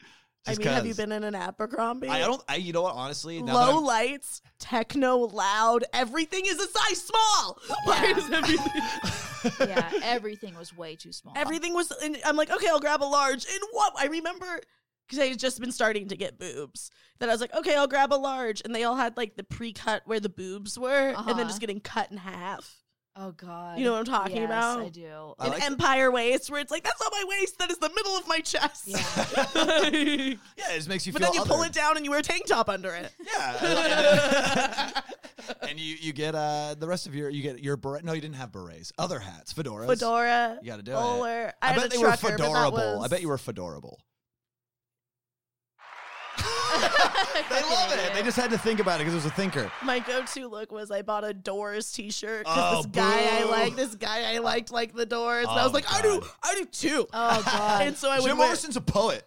I
Just
mean, have you
'cause.
been in an Abercrombie?
I don't. I, you know what? Honestly, now that
Low
I'm-
lights, techno loud, everything is a size small. Why
Yeah.
is everything?
yeah, everything was way too small.
everything was. And I'm like, okay, I'll grab a large. And what? I remember because I had just been starting to get boobs. That I was like, okay, I'll grab a large. And they all had like the pre cut where the boobs were, and
Uh-huh.
then just getting cut in half.
Oh God.
You know what I'm talking
Yes,
about?
I do.
I
in
like-
empire waist, where it's like, that's not my waist, that is the middle of my chest.
Yeah.
Like-
yeah, it just makes you
but
feel.
then you pull
othered.
it down and you wear a tank top under it.
Yeah. and you you get uh the rest of your you get your beret. No, you didn't have berets. Other hats, fedoras.
Fedora,
You got to do it.
bowler. I,
I,
had
bet
a
they
trucker, but
were
that
fedorable. I
was-
bet you were fedorable. They
Fucking
love it. They
idiot.
just had to think about it because it was a thinker.
My go-to look was I bought a Doors T-shirt
Oh,
because this guy I
boo.
like, this guy I liked, like the Doors, and
Oh,
I was like, I do,
God.
I do too.
Oh God.
and so I would
Jim
wear-
Morrison's a poet.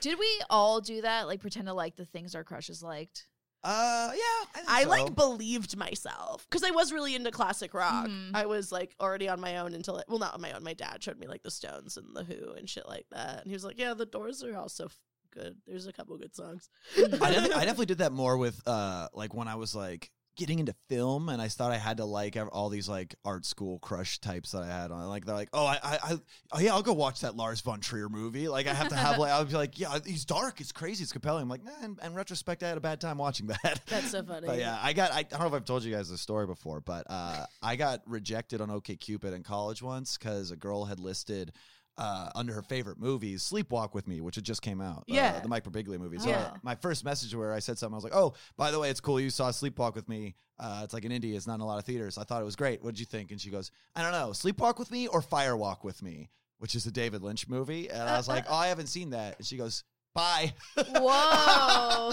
Did we all do that? Like pretend to like the things our crushes liked?
Uh, yeah. think
I
so.
like believed myself because I was really into classic rock.
Mhm.
I was like already on my own until well, not on my own. My dad showed me like the Stones and the Who and shit like that, and he was like, "Yeah, the Doors are also f- good. There's a couple good songs."
Mm-hmm.
I, def- I definitely did that more with uh, like when I was like getting into film, and I thought I had to like ev- all these like art school crush types that I had on. Like they're like, oh, I, I, I oh yeah, I'll go watch that Lars von Trier movie. Like I have to have like I'll be like, yeah, he's dark, it's crazy, it's compelling. I'm like, nah. In, in retrospect, I had a bad time watching that.
That's so funny.
But yeah, I got. I, I don't know if I've told you guys this story before, but uh, I got rejected on OKCupid in college once because a girl had listed uh, under her favorite movies "Sleepwalk with Me," which had just came out. uh,
Yeah.
the Mike Birbiglia movie. So
Yeah.
uh, my first message where I said something, I was like, "Oh, by the way, it's cool you saw Sleepwalk with Me. Uh, it's like in India, it's not in a lot of theaters. I thought it was great. What did you think?" And she goes, "I don't know, Sleepwalk with Me or Firewalk with Me." Which is a David Lynch movie. And I was like, oh, I haven't seen that. And she goes, bye.
Whoa.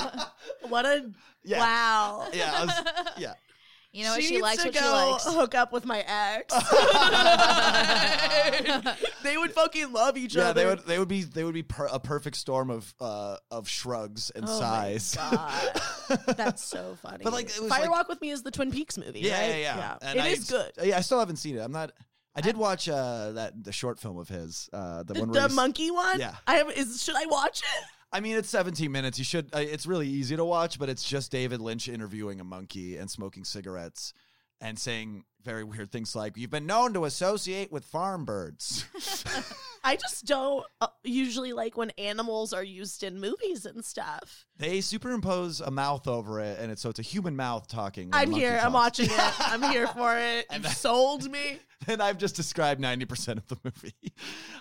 What a
Yeah.
wow.
Yeah. I was, yeah.
You know what
she
she,
needs
likes
to
what she
go
likes.
hook up with my ex. they would fucking love each
Yeah,
other.
they would. They would be. They would be per- a perfect storm of uh, of shrugs and
Oh my
sighs.
God. That's so funny.
But, like, it was,
Firewalk
like-
with Me is the Twin Peaks movie.
yeah,
right?
yeah, yeah. And
It
I
is
s-
good.
Yeah, I still haven't seen it. I'm not. I did watch uh, that the short film of his. Uh, the,
The,
one
the
where he's-
monkey one.
Yeah.
I have. Is should I watch it?
I mean, it's 17 minutes. You should. Uh, it's really easy to watch, but it's just David Lynch interviewing a monkey and smoking cigarettes and saying very weird things like "You've been known to associate with farm birds."
I just don't uh, usually like when animals are used in movies and stuff.
they superimpose a mouth over it, and it's so it's a human mouth talking. when a
I'm
monkey
here. I'm
talks.
watching it. I'm here for it. You sold me.
and I've just described ninety percent of the movie.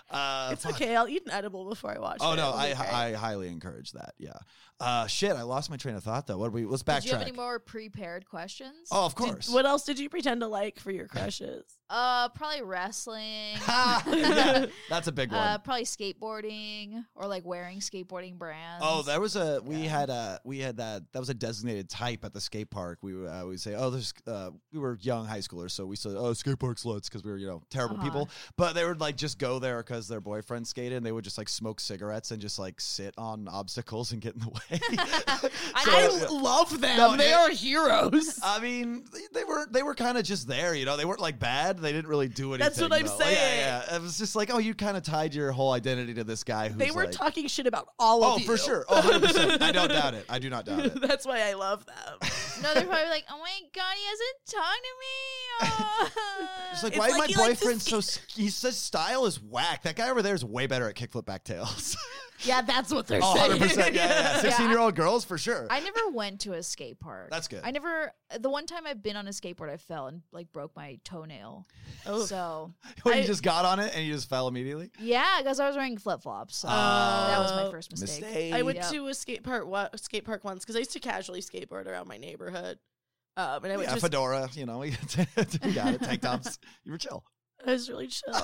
Uh,
It's
fuck.
okay. I'll eat an edible before I watch it.
Oh no,
It'll be
I
great.
I highly encourage that. Yeah. Uh, shit, I lost my train of thought though. What do we? Let's backtrack.
Did you have any more prepared questions?
oh, of
Did-
course.
what else did you pretend to like for your crushes?
Uh, probably wrestling.
Ha! Yeah, that's a big one.
uh, probably skateboarding or like wearing skateboarding brands.
Oh, there was a we had a we had that that was a designated type at the skate park. We would, uh, would say, oh, there's uh, we were young high schoolers, so we said, oh, skate park sluts because we were you know terrible
Uh-huh.
people. But they would like just go there because their boyfriend skated, and they would just like smoke cigarettes and just like sit on obstacles and get in the way.
I
So-
know.
I love them.
No,
they
it-
are heroes.
I mean, they- they were they were kind of just there, you know. They weren't like bad. They didn't really do anything.
That's what I'm
though. Like, yeah, yeah. It was just like, oh, you kind of tied your whole identity to this guy. Who's
They were
like,
talking shit about all
Oh,
of you.
for sure. Oh, 100%. I don't doubt it. I do not doubt it.
That's why I love them.
No, they're probably like, oh my god, he hasn't talked to me. Uh,
It's like,
It's
why
like
is
he
my
likes to
boyfriend so? s- He's such style is whack. That guy over there is way better at kickflip backtails.
Yeah, that's what they're
oh, 100 percent. Yeah, yeah. Sixteen
Yeah.
year old girls for sure.
I never went to a skate park.
That's good.
I never. The one time I've been on a skateboard, I fell and like broke my toenail.
Oh.
So
when
I-
you just got on it and you just fell immediately.
yeah, because I was wearing flip flops. So
Oh.
that was my first mistake.
I went
Yep.
to a skate park, wa- skate park once because I used to casually skateboard around my neighborhood. Um, and I was
Yeah,
just,
fedora. You know, we got it. Tank tops. You were chill.
I was really chill. the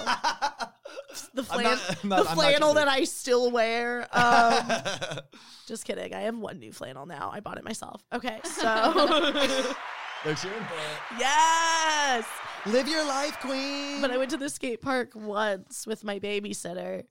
I'm
flan-
not- I'm not-
the
I'm not
flannel
kidding.
that I still wear. Um, just kidding. I have one new flannel now. I bought it myself. Okay, so
They're cheering for it.
yes.
Live your life, queen.
But I went to the skate park once with my babysitter,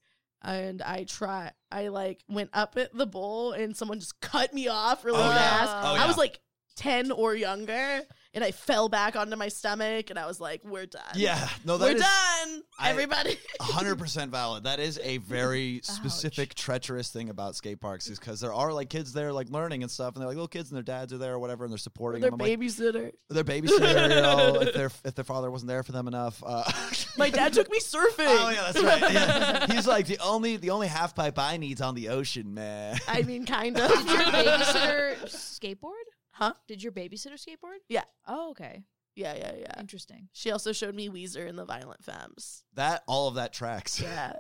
and I try. I like went up at the bowl, and someone just cut me off really
Oh, yeah.
fast.
Oh,
I
yeah.
was like ten or younger, and I fell back onto my stomach and I was like, we're done.
Yeah, no, that
we're
is
done.
I- Oh,
Everybody.
hundred percent valid. That is a very specific treacherous thing about skate parks is because there are like kids there like learning and stuff, and they're like little kids and their dads are there or whatever, and they're supporting
Their
them. I'm like,
babysitter.
their babysitter, you know, if their if their father wasn't there for them enough. Uh,
My dad took me surfing.
Oh yeah, that's right. Yeah. He's like the only the only half pipe I need's on the ocean, man.
I mean, kind of.
Did your babysitter skateboard?
Huh?
Did your babysitter skateboard?
Yeah.
Oh, okay.
Yeah, yeah, yeah.
Interesting.
She also showed me Weezer and the Violent Femmes.
That all of that tracks.
Yeah.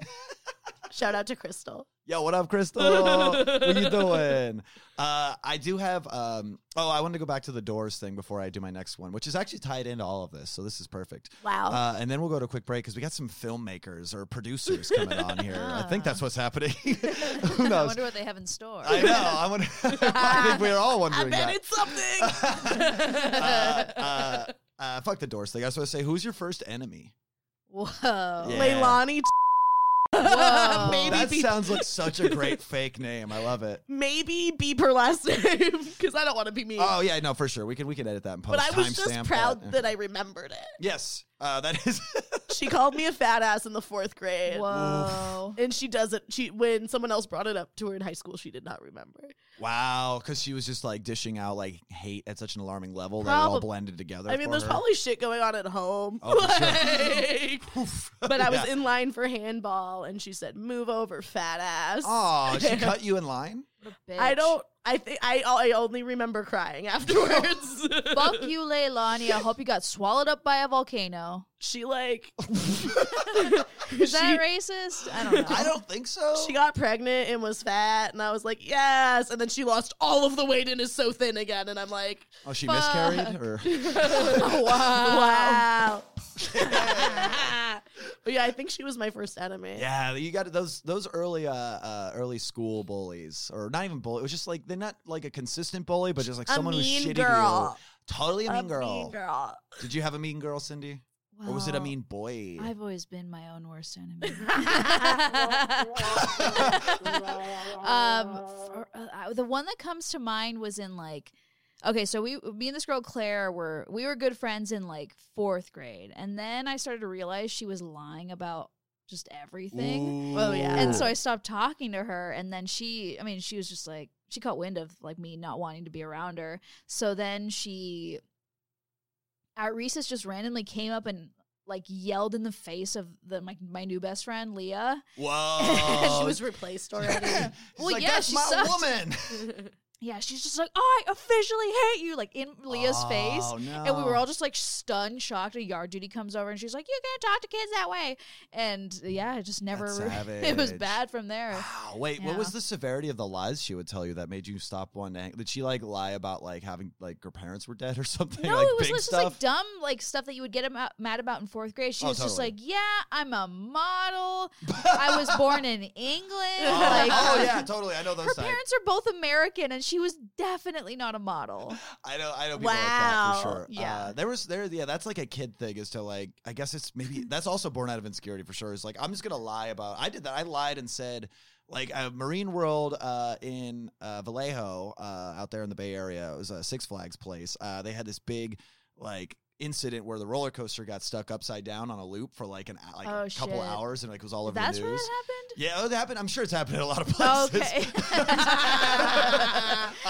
Shout out to Crystal.
Yo, what up, Crystal? what you doing? Uh, I do have. Um, oh, I want to go back to the Doors thing before I do my next one, which is actually tied into all of this, so this is perfect.
Wow.
Uh, and then we'll go to a quick break because we got some filmmakers or producers coming on here. I think
Oh.
that's what's happening. Who
I
knows?
wonder what they have in store.
I know. I, wonder, I think we're all
I
wondering
bet
that.
it's something.
uh, uh, uh, fuck the Doors thing. I was supposed to say, who's your first enemy?
Whoa.
Yeah.
Leilani.
Whoa.
Maybe
that
be-
sounds like such a great fake name. I love it.
Maybe beep her last name because I don't want to be mean.
Oh yeah, no, for sure. We can we can edit that and post.
but I was
timestamp
just proud
that.
that. I remembered it.
Yes, uh, that is.
She called me a fat ass in the fourth grade.
Whoa.
And she doesn't. She when someone else brought it up to her in high school, she did not remember.
Wow, because she was just like dishing out like hate at such an alarming level that it all
Probab-
blended together.
I mean,
for
there's
her.
probably shit going on at home.
Oh, for
Like-
Oof.
but I was
Yeah.
in line for handball, and she said, "Move over, fat ass."
Aw, she cut you in line.
I don't. I think I. I only remember crying afterwards.
Fuck you, Leilani. I hope you got swallowed up by a volcano.
She like.
Is that racist? I don't know.
I don't think so.
She got pregnant and was fat, and I was like, yes. And then she lost all of the weight and is so thin again. And I'm like,
oh, she
Fuck.
miscarried, or Oh,
wow. but yeah, I think she was my first enemy.
yeah, you got those those early uh, uh early school bullies, or not even bully. It was just like they're not like a consistent bully, but just like
A
someone who's
mean
shitty
girl.
to you. Totally a mean girl.
mean girl.
Did you have a mean girl, Cindy, or was it a
Well,
mean boy?
I've always been my own worst enemy. Oh, um, for, uh, I- the one that comes to mind was in like, okay, so we, me and this girl Claire were we were good friends in like fourth grade, and then I started to realize she was lying about just everything,
Mm.
Oh, yeah.
and so I stopped talking to her, and then she, I mean, she was just like she caught wind of like me not wanting to be around her, so then she at recess just randomly came up and like yelled in the face of the my, my new best friend Leah.
whoa,
she was replaced already.
She's
Well,
like,
yeah,
that's
she
my
sucked."
woman.
Yeah, she's just like, I officially hate you, like in Leah's face.
Oh, no.
And we were all just like stunned, shocked. A yard duty comes over and she's like, You can't talk to kids that way. And yeah, it just never,
That's
it was
savage.
bad from there.
Wow. Wait, what
Yeah.
was the severity of the lies she would tell you that made you stop wanting to hang? Did she like lie about like having like her parents were dead or something?
No,
like
it was
big
just
stuff.
like dumb, like stuff that you would get am- mad about in fourth grade. She
Oh,
was just
totally.
like, "Yeah, I'm a model. I was born in England.
oh,
like,
oh, yeah, totally. I know
her
those types.
parents are both American, and she was definitely not a model.
I know. I know people like that for
Wow.
sure. Uh,
Yeah.
there was there. Yeah, that's like a kid thing. Is to like. I guess it's
Mm-hmm.
maybe that's also born out of insecurity for sure. Is like I'm just gonna lie about. I did that. I lied and said. Like uh, Marine World uh, in uh, Vallejo, uh, out there in the Bay Area, it was a Six Flags place. Uh, they had this big, like, incident where the roller coaster got stuck upside down on a loop for like an hou- like
Oh,
a couple
shit.
hours, and like was all over
That's
the
what
news.
happened.
Yeah, oh, it happened. I'm sure it's happened in a lot of places.
Okay.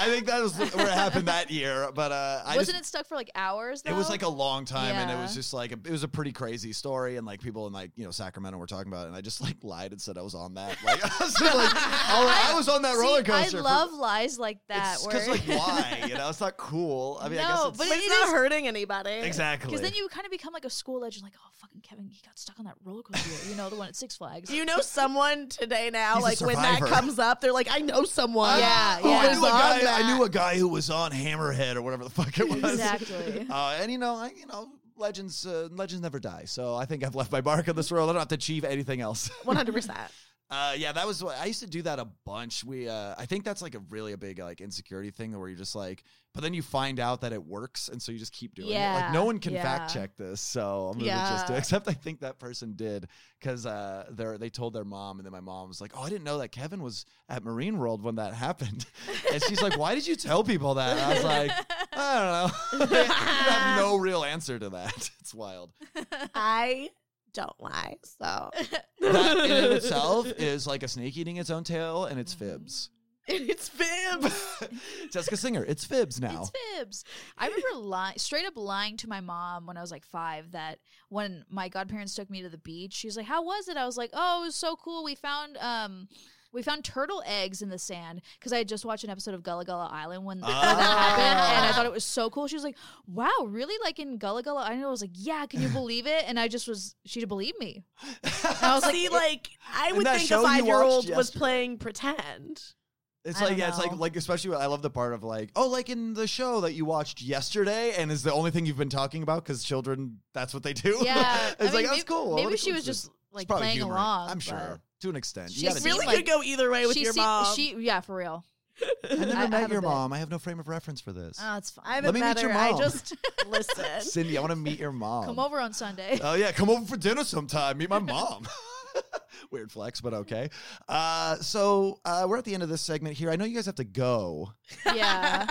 I think that was where it happened that year. But uh, I
Wasn't
just,
it stuck for like hours? Though?
it was like a long time, and it
Yeah.
was just like a, it was a pretty crazy story, and like people in like you know Sacramento were talking about, it, and I just like lied and said I was on that. Like I was, like, oh, I, I was on that
See,
roller coaster.
I
for-
love lies like that.
it's
Because
because like why? You know, it's not cool. I mean, I guess
No,
it's,
but
But it's
it
not
is-
hurting anybody.
exactly.
Because then you kind of become like a school legend, like, oh, fucking Kevin, he got stuck on that roller coaster. You know, the one at Six Flags.
You know someone today now,
He's a
like when that
survivor.
comes up, they're like, I know someone.
Yeah,
who
oh, I
yeah.
was
knew a
on
guy.
that.
I knew a guy who was on Hammerhead or whatever the fuck it was.
exactly.
Uh, and you know, I, you know, legends, uh, legends never die. So I think I've left my mark on this world. I don't have to achieve anything else.
100%.
Uh, yeah, that was what I used to do that a bunch. We, uh, I think that's like a really a big like insecurity thing where you're just like, but then you find out that it works, and so you just keep doing it. Like
Yeah,
no one can fact
yeah.
check this, so I'm gonna just do.
Yeah.
Except I think that person did because uh, they they told their mom, and then my mom was like, "Oh, I didn't know that Kevin was at Marine World when that happened," and she's like, "Why did you tell people that?" And I was like, "I don't know. I have no real answer to that. It's wild."
I don't lie, so
That in and of itself is like a snake eating its own tail, and it's
Mm-hmm.
fibs.
it's fib.
Jessica Singer, it's fibs now.
It's fibs. I remember lying, straight up lying to my mom when I was like five that when my godparents took me to the beach, she was like, "How was it?" I was like, "Oh, it was so cool. We found um, we found turtle eggs in the sand because I had just watched an episode of Gullah Gullah Island when when that
Ah.
happened, and I thought it was so cool. She was like, "Wow, really? Like in Gullah Gullah Island?" I was like, "Yeah, can you believe it?" And I just was, she believed me.
I was like, See, like I
In
would
that
think
show
a
you watched
five year old was
yesterday.
playing pretend.
It's
I
like
don't
yeah, it's like
know.
like especially I love the part of like oh like in the show that you watched yesterday and is the only thing you've been talking about because children that's what they do.
Yeah,
it's
I mean,
like that's
maybe-
cool. I
Maybe
wonder
she
if
was
it's-
just
it's
like
probably
playing
humor.
along.
I'm
but
sure to an extent. You
She
gotta
It
seemed
do
really
like-
it.
could go either way with
she
your
se-
mom.
She, yeah, for real.
I never
I- I
met
have a
your
bit.
mom. I have no frame of reference for this.
Oh, it's fine.
I haven't
me
met
meet your
her. I
mom.
just listen.
Cindy, I want to meet your mom.
Come over on Sunday.
Oh yeah, come over for dinner sometime. Meet my mom. Weird flex, but okay. Uh, so uh, we're at the end of this segment here. I know you guys have to go.
yeah.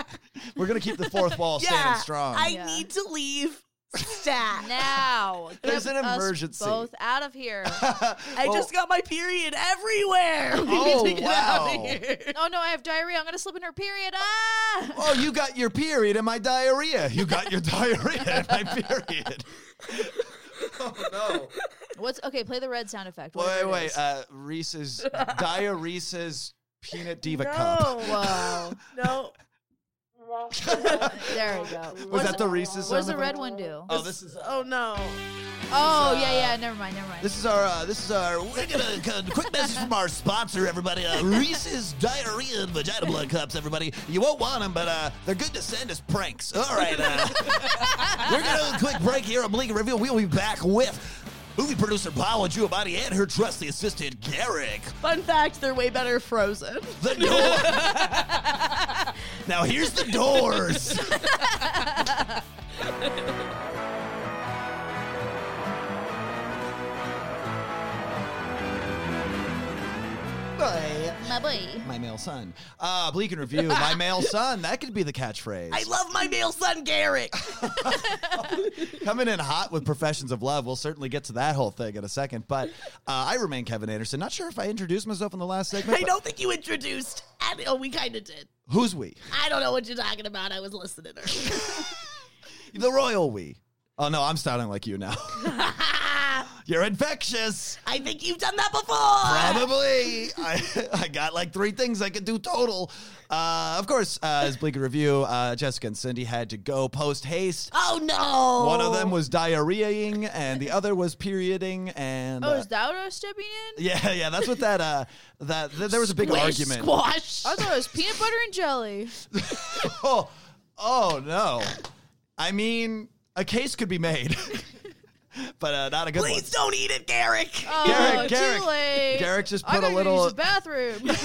We're gonna keep the fourth wall
Yeah,
standing strong.
I
Yeah.
need to leave. Stat.
now. Get
There's an
us
emergency.
both out of here.
I just got my period everywhere. We
Oh,
need to get out
wow.
of here.
oh no, I have diarrhea. I'm gonna slip in her period. Ah!
Oh, you got your period and my diarrhea. You got your diarrhea and my period. oh no!
What's okay? Play the red sound effect.
Wait,
whatever it
wait.
is.
Uh, Reese's diarrhea. Reese's peanut diva cup.
no. uh,
Whoa.
No.
Oh, there we go.
Was that the Reese's?
What does
sound
the red
effect?
one do?
Oh, this is.
Oh no.
Oh yeah, yeah. Never mind. Never mind.
This is our. Uh, this is our. We're gonna a quick message from our sponsor, everybody. Uh, Reese's diarrhea and vagina blood cups, everybody. You won't want them, but uh, they're good to send us pranks. All right, uh, we're gonna do a quick break here on Bleak Review. We'll be back with movie producer Paula Giamatti and her trusty assistant Garrick.
Fun fact: They're way better frozen.
The door. now here's the doors.
My boy.
My male son. Uh, Bleak and Review, my male son. That could be the catchphrase.
I love my male son Garrick.
Coming in hot with Professions of Love. We'll certainly get to that whole thing in a second. But uh, I remain Kevin Anderson. Not sure if I introduced myself in the last segment.
I
but
don't think you introduced. and- Oh, we kind of did.
Who's we?
I don't know what you're talking about. I was listening. earlier.
The royal we. Oh, no, I'm sounding like you now. You're infectious.
I think you've done that before.
Probably. I, I got like three things I could do total. Uh, of course, uh, as Bleak and Review, uh, Jessica and Cindy had to go post haste.
Oh no.
One of them was diarrheaing, and the other was perioding, and
Oh,
uh,
is that what I was stepping in?
yeah, yeah, that's what that uh, that th- there was a big
Squish,
argument.
Squash.
I thought it was peanut butter and jelly.
Oh, oh no! I mean, a case could be made, but uh, not a good
Please don't eat it, Garrick.
Oh,
Garrick,
too
Garrick.
late.
Garrick just
I
put a
gotta go
little-
Use the bathroom.
one.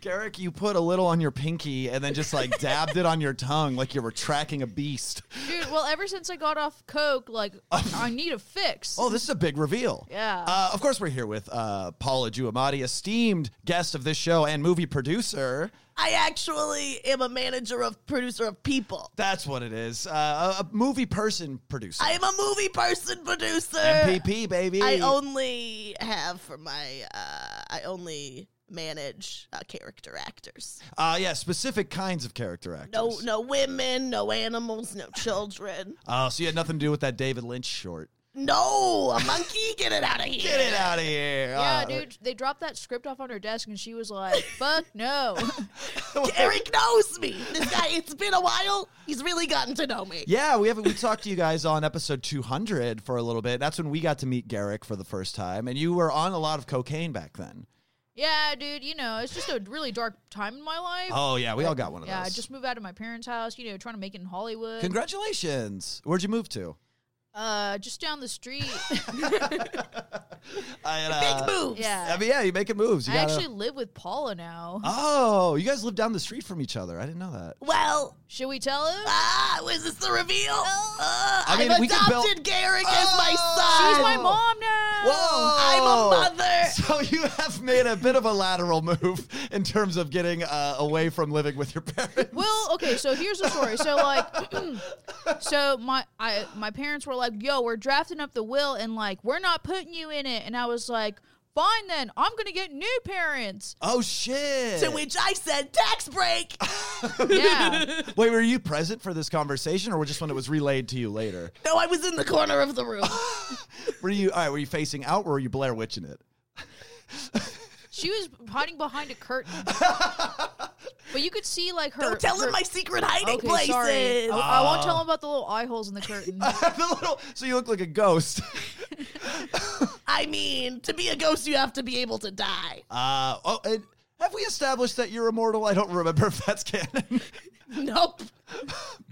Garrick, you put a little on your pinky and then just like dabbed it on your tongue like you were tracking a beast.
Dude, well, ever since I got off coke, like I need a fix.
Oh, this is a big reveal.
Yeah.
Uh, of course, we're here with uh, Paula Giamatti, esteemed guest of this show and movie producer.
I actually am a manager of producer of people.
That's what it is. Uh, a, a movie person producer.
I am a movie person producer.
MPP, baby.
I only have for my. Uh, I only manage uh, character actors.
Uh, yeah, specific kinds of character actors.
No, no women, no animals, no children.
Oh, so you had nothing to do with that David Lynch short.
No, a monkey, get it out of here.
Get it out of here.
yeah,
Uh,
dude, they dropped that script off on her desk, and she was like, "Fuck no."
Eric knows me. This guy, it's been a while. He's really gotten to know me.
Yeah, we haven't. We talked to you guys on episode 200 for a little bit. That's when we got to meet Garrick for the first time, and you were on a lot of cocaine back then.
yeah, dude, you know, it's just a really dark time in my life.
Oh yeah, we all got one of
yeah, I
those.
just moved out of my parents' house. You know, trying to make it in Hollywood.
Congratulations! Where'd you move to?
uh, just down the street.
I,
Big
uh,
moves.
Yeah.
I mean, yeah, you're making moves. You
I
gotta-
actually live with Paula now.
Oh, you guys live down the street from each other. I didn't know that.
Well,
Should we tell him?
ah, was this the reveal? Uh,
I mean,
I've
we could build- Oh.
adopted Garrick as my son.
She's my mom now.
I'm a mother.
So you have made a bit of a lateral move in terms of getting uh, away from living with your parents.
Well, okay, so here's the story. So like so my I my parents were like, "Yo, we're drafting up the will and like we're not putting you in it." And I was like, "Fine then. I'm going to get new parents."
Oh shit!
To which I said, tax break.
Yeah.
Wait, were you present for this conversation, or just when it was relayed to you later?
No, I was in the corner of the room.
Were you all right? Were you facing out, or were you Blair witching it?
she was hiding behind a curtain. but you could see like her
Don't tell
her,
him my secret hiding
Okay,
places.
sorry. Oh. I, I won't tell him about the little eye holes in the curtain. Uh,
the little, so you look like a ghost.
I mean, to be a ghost, you have to be able to die.
Uh, oh, and have we established that you're immortal? I don't remember if that's canon,
Nope.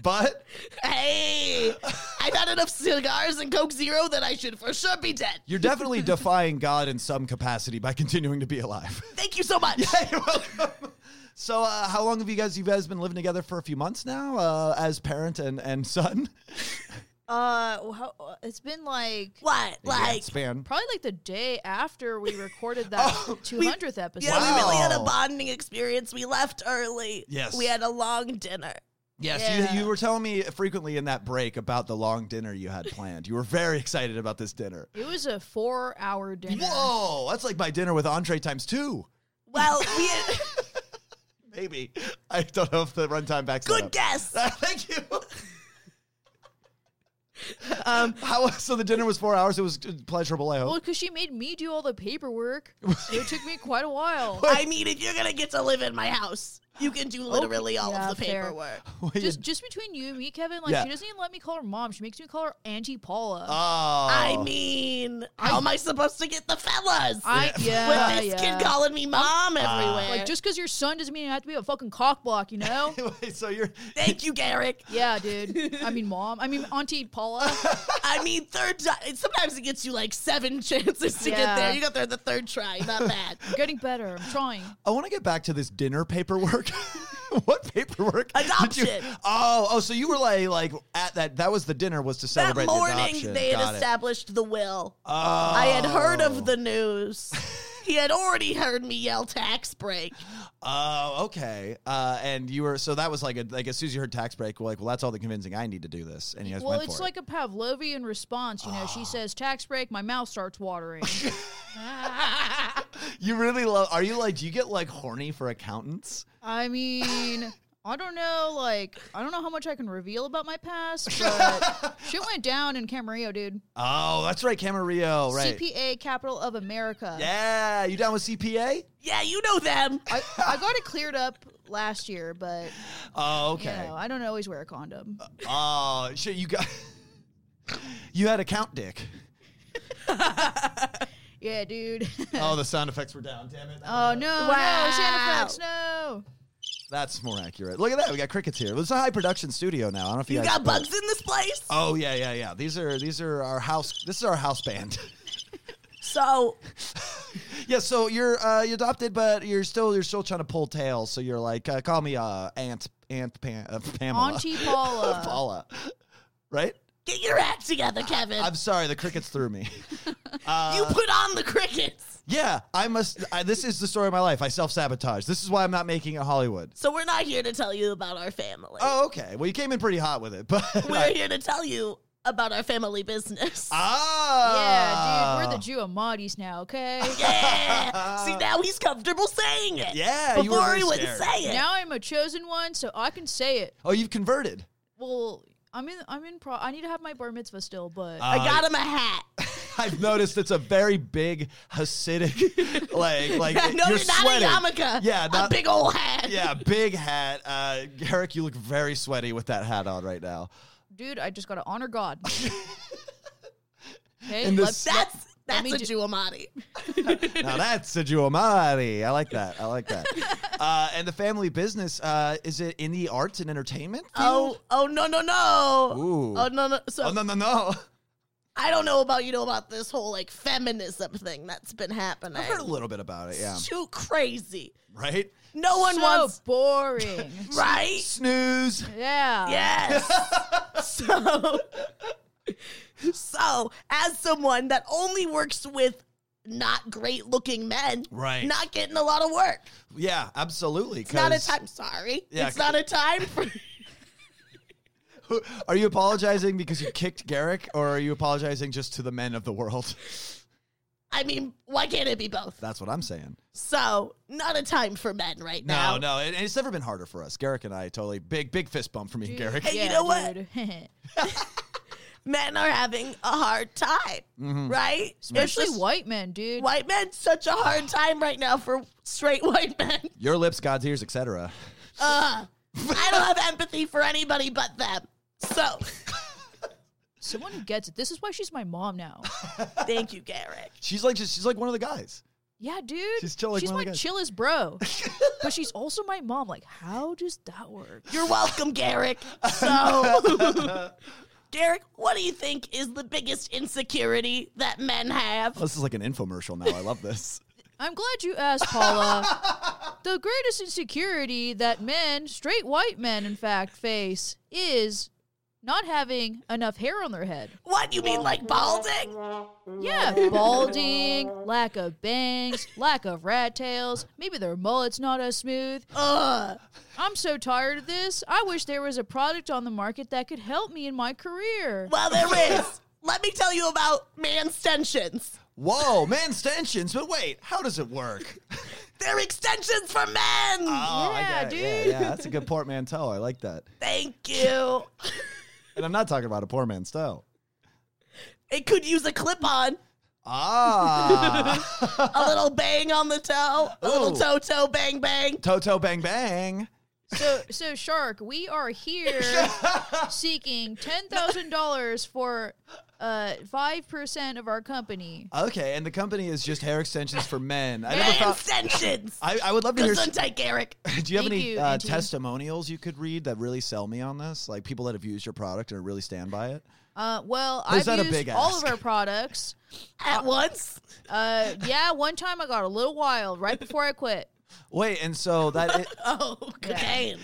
but
Hey, I've had enough cigars and Coke Zero that I should for sure be dead.
you're definitely defying God in some capacity by continuing to be alive.
Thank you so much.
Hey, you're welcome. So, uh, how long have you guys you guys been living together for a few months now, uh, as parent and and son?
Uh well, how- it's been like
What?
Yeah,
Like,
span.
probably like the day after we recorded that 200th episode.
Oh, yeah, we really had a
Wow.
bonding experience. We left early.
Yes.
We had a long dinner.
Yes,
Yeah.
you, you were telling me frequently in that break about the long dinner you had planned. You were very excited about this dinner.
It was a 4-hour dinner.
Whoa, that's like my dinner with entree times two.
Well, we had
Maybe I don't know if the runtime backs. that
good
up.
guess.
Thank you. um, how so? The dinner was four hours. It was pleasurable. I hope.
Well, because she made me do all the paperwork. it took me quite a while.
I mean, if you're gonna get to live in my house, you can do literally all
Oh, Yeah,
of the
fair.
paperwork.
What you-
Just, just between you and me, Kevin. Like
Yeah.
she doesn't even let me call her mom. She makes me call her Auntie Paula.
oh,
I mean, how am I supposed to get the fellas
I yeah,
with this
yeah.
kid calling me mom
Uh,
everywhere?
Like just because your son doesn't mean you have to be a fucking cock block, you know?
Wait, so you're
Thank you, Garrick.
yeah, dude. I mean, mom. I mean, Auntie Paula.
I mean, third time. Sometimes it gets you like seven chances to
Yeah.
get there. You got there the third try. Not bad.
I'm getting better. I'm trying.
I want to get back to this dinner paperwork. what paperwork? did you-
Adoption.
oh, oh, so you were like, like at that. That was the dinner was to
that
celebrate the
morning,
adoption.
they
Got
had
it.
established the will.
Oh.
I had heard of the news. he had already heard me yell tax break.
Oh, okay. Uh, and you were so that was like a, like as soon as you heard tax break, we're like, well, that's all the convincing I need to do this, and you guys
Well,
went
it's
for
like
it. Ah.
a Pavlovian response, you know. She says, "Tax break." My mouth starts watering.
you really love. Are you like? Do you get like horny for accountants?
I mean, I don't know. Like, I don't know how much I can reveal about my past, but shit went down in Camarillo, dude.
Oh, that's right, Camarillo. Right.
CPA capital of America.
yeah, you down with CPA?
Yeah, you know them.
I, I got it cleared up last year, but
Oh, okay.
you know, I don't always wear a condom.
Uh,
Oh shit, you got you had a count dick.
Yeah, dude.
Oh, the sound effects were down. Damn it.
oh no, no, Santa Claus, no.
That's more accurate. Look at that. We got crickets here. It's a high production studio now. I don't know if you,
You
guys
got bugs in this place?
Oh yeah, yeah, yeah. These are these are our house. This is our house band.
So
yeah. So you're uh, you adopted, but you're still you're still trying to pull tails. So you're like, uh, call me uh, Aunt Aunt Pam, uh, Pamela.
Auntie Paula.
Paula. Right.
get your act
uh,
together, Kevin.
I'm sorry. The crickets threw me.
you
uh,
put on the crickets.
Yeah, I must. I, this is the story of my life. I self sabotage. This is why I'm not making it Hollywood.
So we're not here to tell you about our family.
Oh, okay. Well, you came in pretty hot with it, but
we're here to tell you about our family business.
ah,
Yeah, dude, we're the Jew Amadis now, okay?
yeah. See, now he's comfortable saying it.
Yeah, you were
Before
very
he wouldn't
scared.
say it.
Now I'm a chosen one, so I can say it.
Oh, you've converted.
Well, I'm in. I'm in. Pro- I need to have my bar mitzvah still, but
I got him a hat.
Uh, I've noticed it's a very big Hasidic, like like
no,
you're
you're
sweating.
not a yarmulke.
Yeah,
a
not-
big old hat.
yeah, big hat. Uh, Garrick, you look very sweaty with that hat on right now.
dude, I just gotta honor God. okay,
In this-
let's-
That's
Let
that's
me
a
ju-
Jew Amati.
Now that's a Jewamati. I like that. I like that. Uh, and the family business uh, is it in the arts and entertainment?
Oh, oh no, no, no.
Ooh.
Oh no, no. So
Oh no no no!
I don't know about you know about this whole like feminism thing that's been happening.
I've heard a little bit about it. Yeah.
It's too crazy.
Right?
No one
so
wants
boring.
right.
Snooze.
yeah.
Yes. so, so as someone that only works with not great looking men,
Right.
Not getting a lot of work.
Yeah, absolutely.
It's not a
'cause-
time. Sorry,
Yeah,
it's not a time for.
Are you apologizing because you kicked Garrick, or are you apologizing just to the men of the world?
I mean, why can't it be both?
That's what I'm saying.
So, not a time for men right now.
No, no, and and it's never been harder for us. Garrick and I totally big, big fist bump for me and Garrick.
Hey, you know what?
what?
Men are having a hard time,
Mm-hmm.
right?
Especially
It's just-
white men, dude.
White men, such a hard time right now for straight white men.
Your lips, God's ears, etc.
Uh, I don't have empathy for anybody but them. So,
Someone who gets it. This is why she's my mom now.
thank you, Garrick.
She's like, she's like one of the guys.
Yeah, dude.
She's chill like
she's
one
my
of the guys.
chillest bro. but she's also my mom. Like, how does that work?
You're welcome, Garrick. So, Garrick, what do you think is the biggest insecurity that men have?
This is like an infomercial now. I love this.
I'm glad you asked, Paula. the greatest insecurity that men, straight white men, in fact, face is not having enough hair on their head.
What you mean, like balding?
Yeah, balding, lack of bangs, lack of rat tails. Maybe their mullet's not as smooth.
Ugh.
I'm so tired of this. I wish there was a product on the market that could help me in my career.
Well, there is. Let me tell you about man's tensions.
Whoa, man, stanchions. But wait, how does it work?
They're extensions for men.
Oh, I
Yeah,
get it. Yeah,
dude.
yeah, that's a good portmanteau. I like that.
Thank you.
And I'm not talking about a poor man's style.
It could use a clip on,
Ah,
a little bang on the toe, a little
Ooh.
toe toe bang bang.
toe toe bang bang.
So, so Shark, we are here seeking ten thousand dollars for uh five percent of our company.
Okay, and the company is just hair extensions for men. I never
Man
found.
extensions.
I, I would love to hear.
Gesundheit, Garrick.
Do you have
Thank
any
you,
uh,
Auntie.
testimonials you could read that really sell me on this? Like people that have used your product and really stand by it?
Uh, well,
Is that
I've
a
used
big
all
ask?
of our products.
At once.
Uh, yeah, one time I got a little wild right before I quit.
Wait, and so that is,
Oh, damn.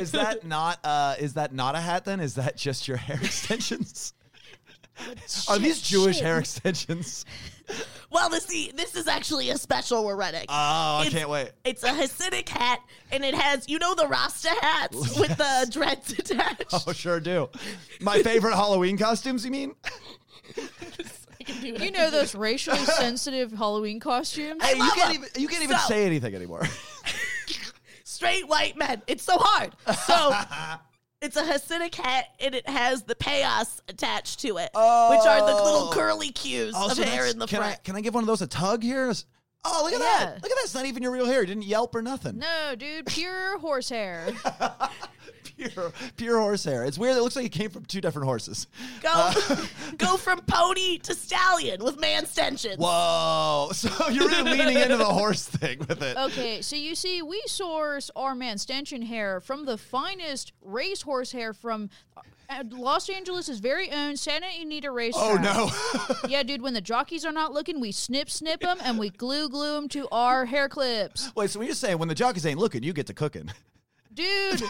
is that not uh, is that not a hat then? Is that just your hair extensions? Are these Jewish hair extensions?
Well, this this is actually a special we're running.
Oh, I
It's-
can't wait.
it's a Hasidic hat, and it has you know the Rasta hats with the dreads attached.
Oh, sure do. My favorite Halloween costumes, you mean?
You know those racially sensitive Halloween costumes?
Hey, you
love
can't
'em.
even you can't even
So-
say anything anymore.
Straight white men. It's so hard. So it's a Hasidic hat, and it has the payas attached to it, which are the little
Oh.
curly cues of
so
hair
that's-
in the
can
front.
I, can I give one of those a tug here? Oh, look at
Yeah.
that! Look at that! It's not even your real hair. It didn't yelp or nothing.
No, dude, pure horsehair.
Pure, pure horse hair. It's weird. It looks like it came from two different horses.
Go,
uh,
go from pony to stallion with man stentions.
Whoa! So you're really leaning into the horse thing with it.
Okay, so you see, we source our manstension hair from the finest racehorse hair from uh, Los Angeles' very own Santa Anita racetrack.
Oh no!
Yeah, dude, when the jockeys are not looking, we snip snip them and we glue glue them to our hair clips.
Wait. So we just saying when the jockeys ain't looking, you get to cooking.
Dude,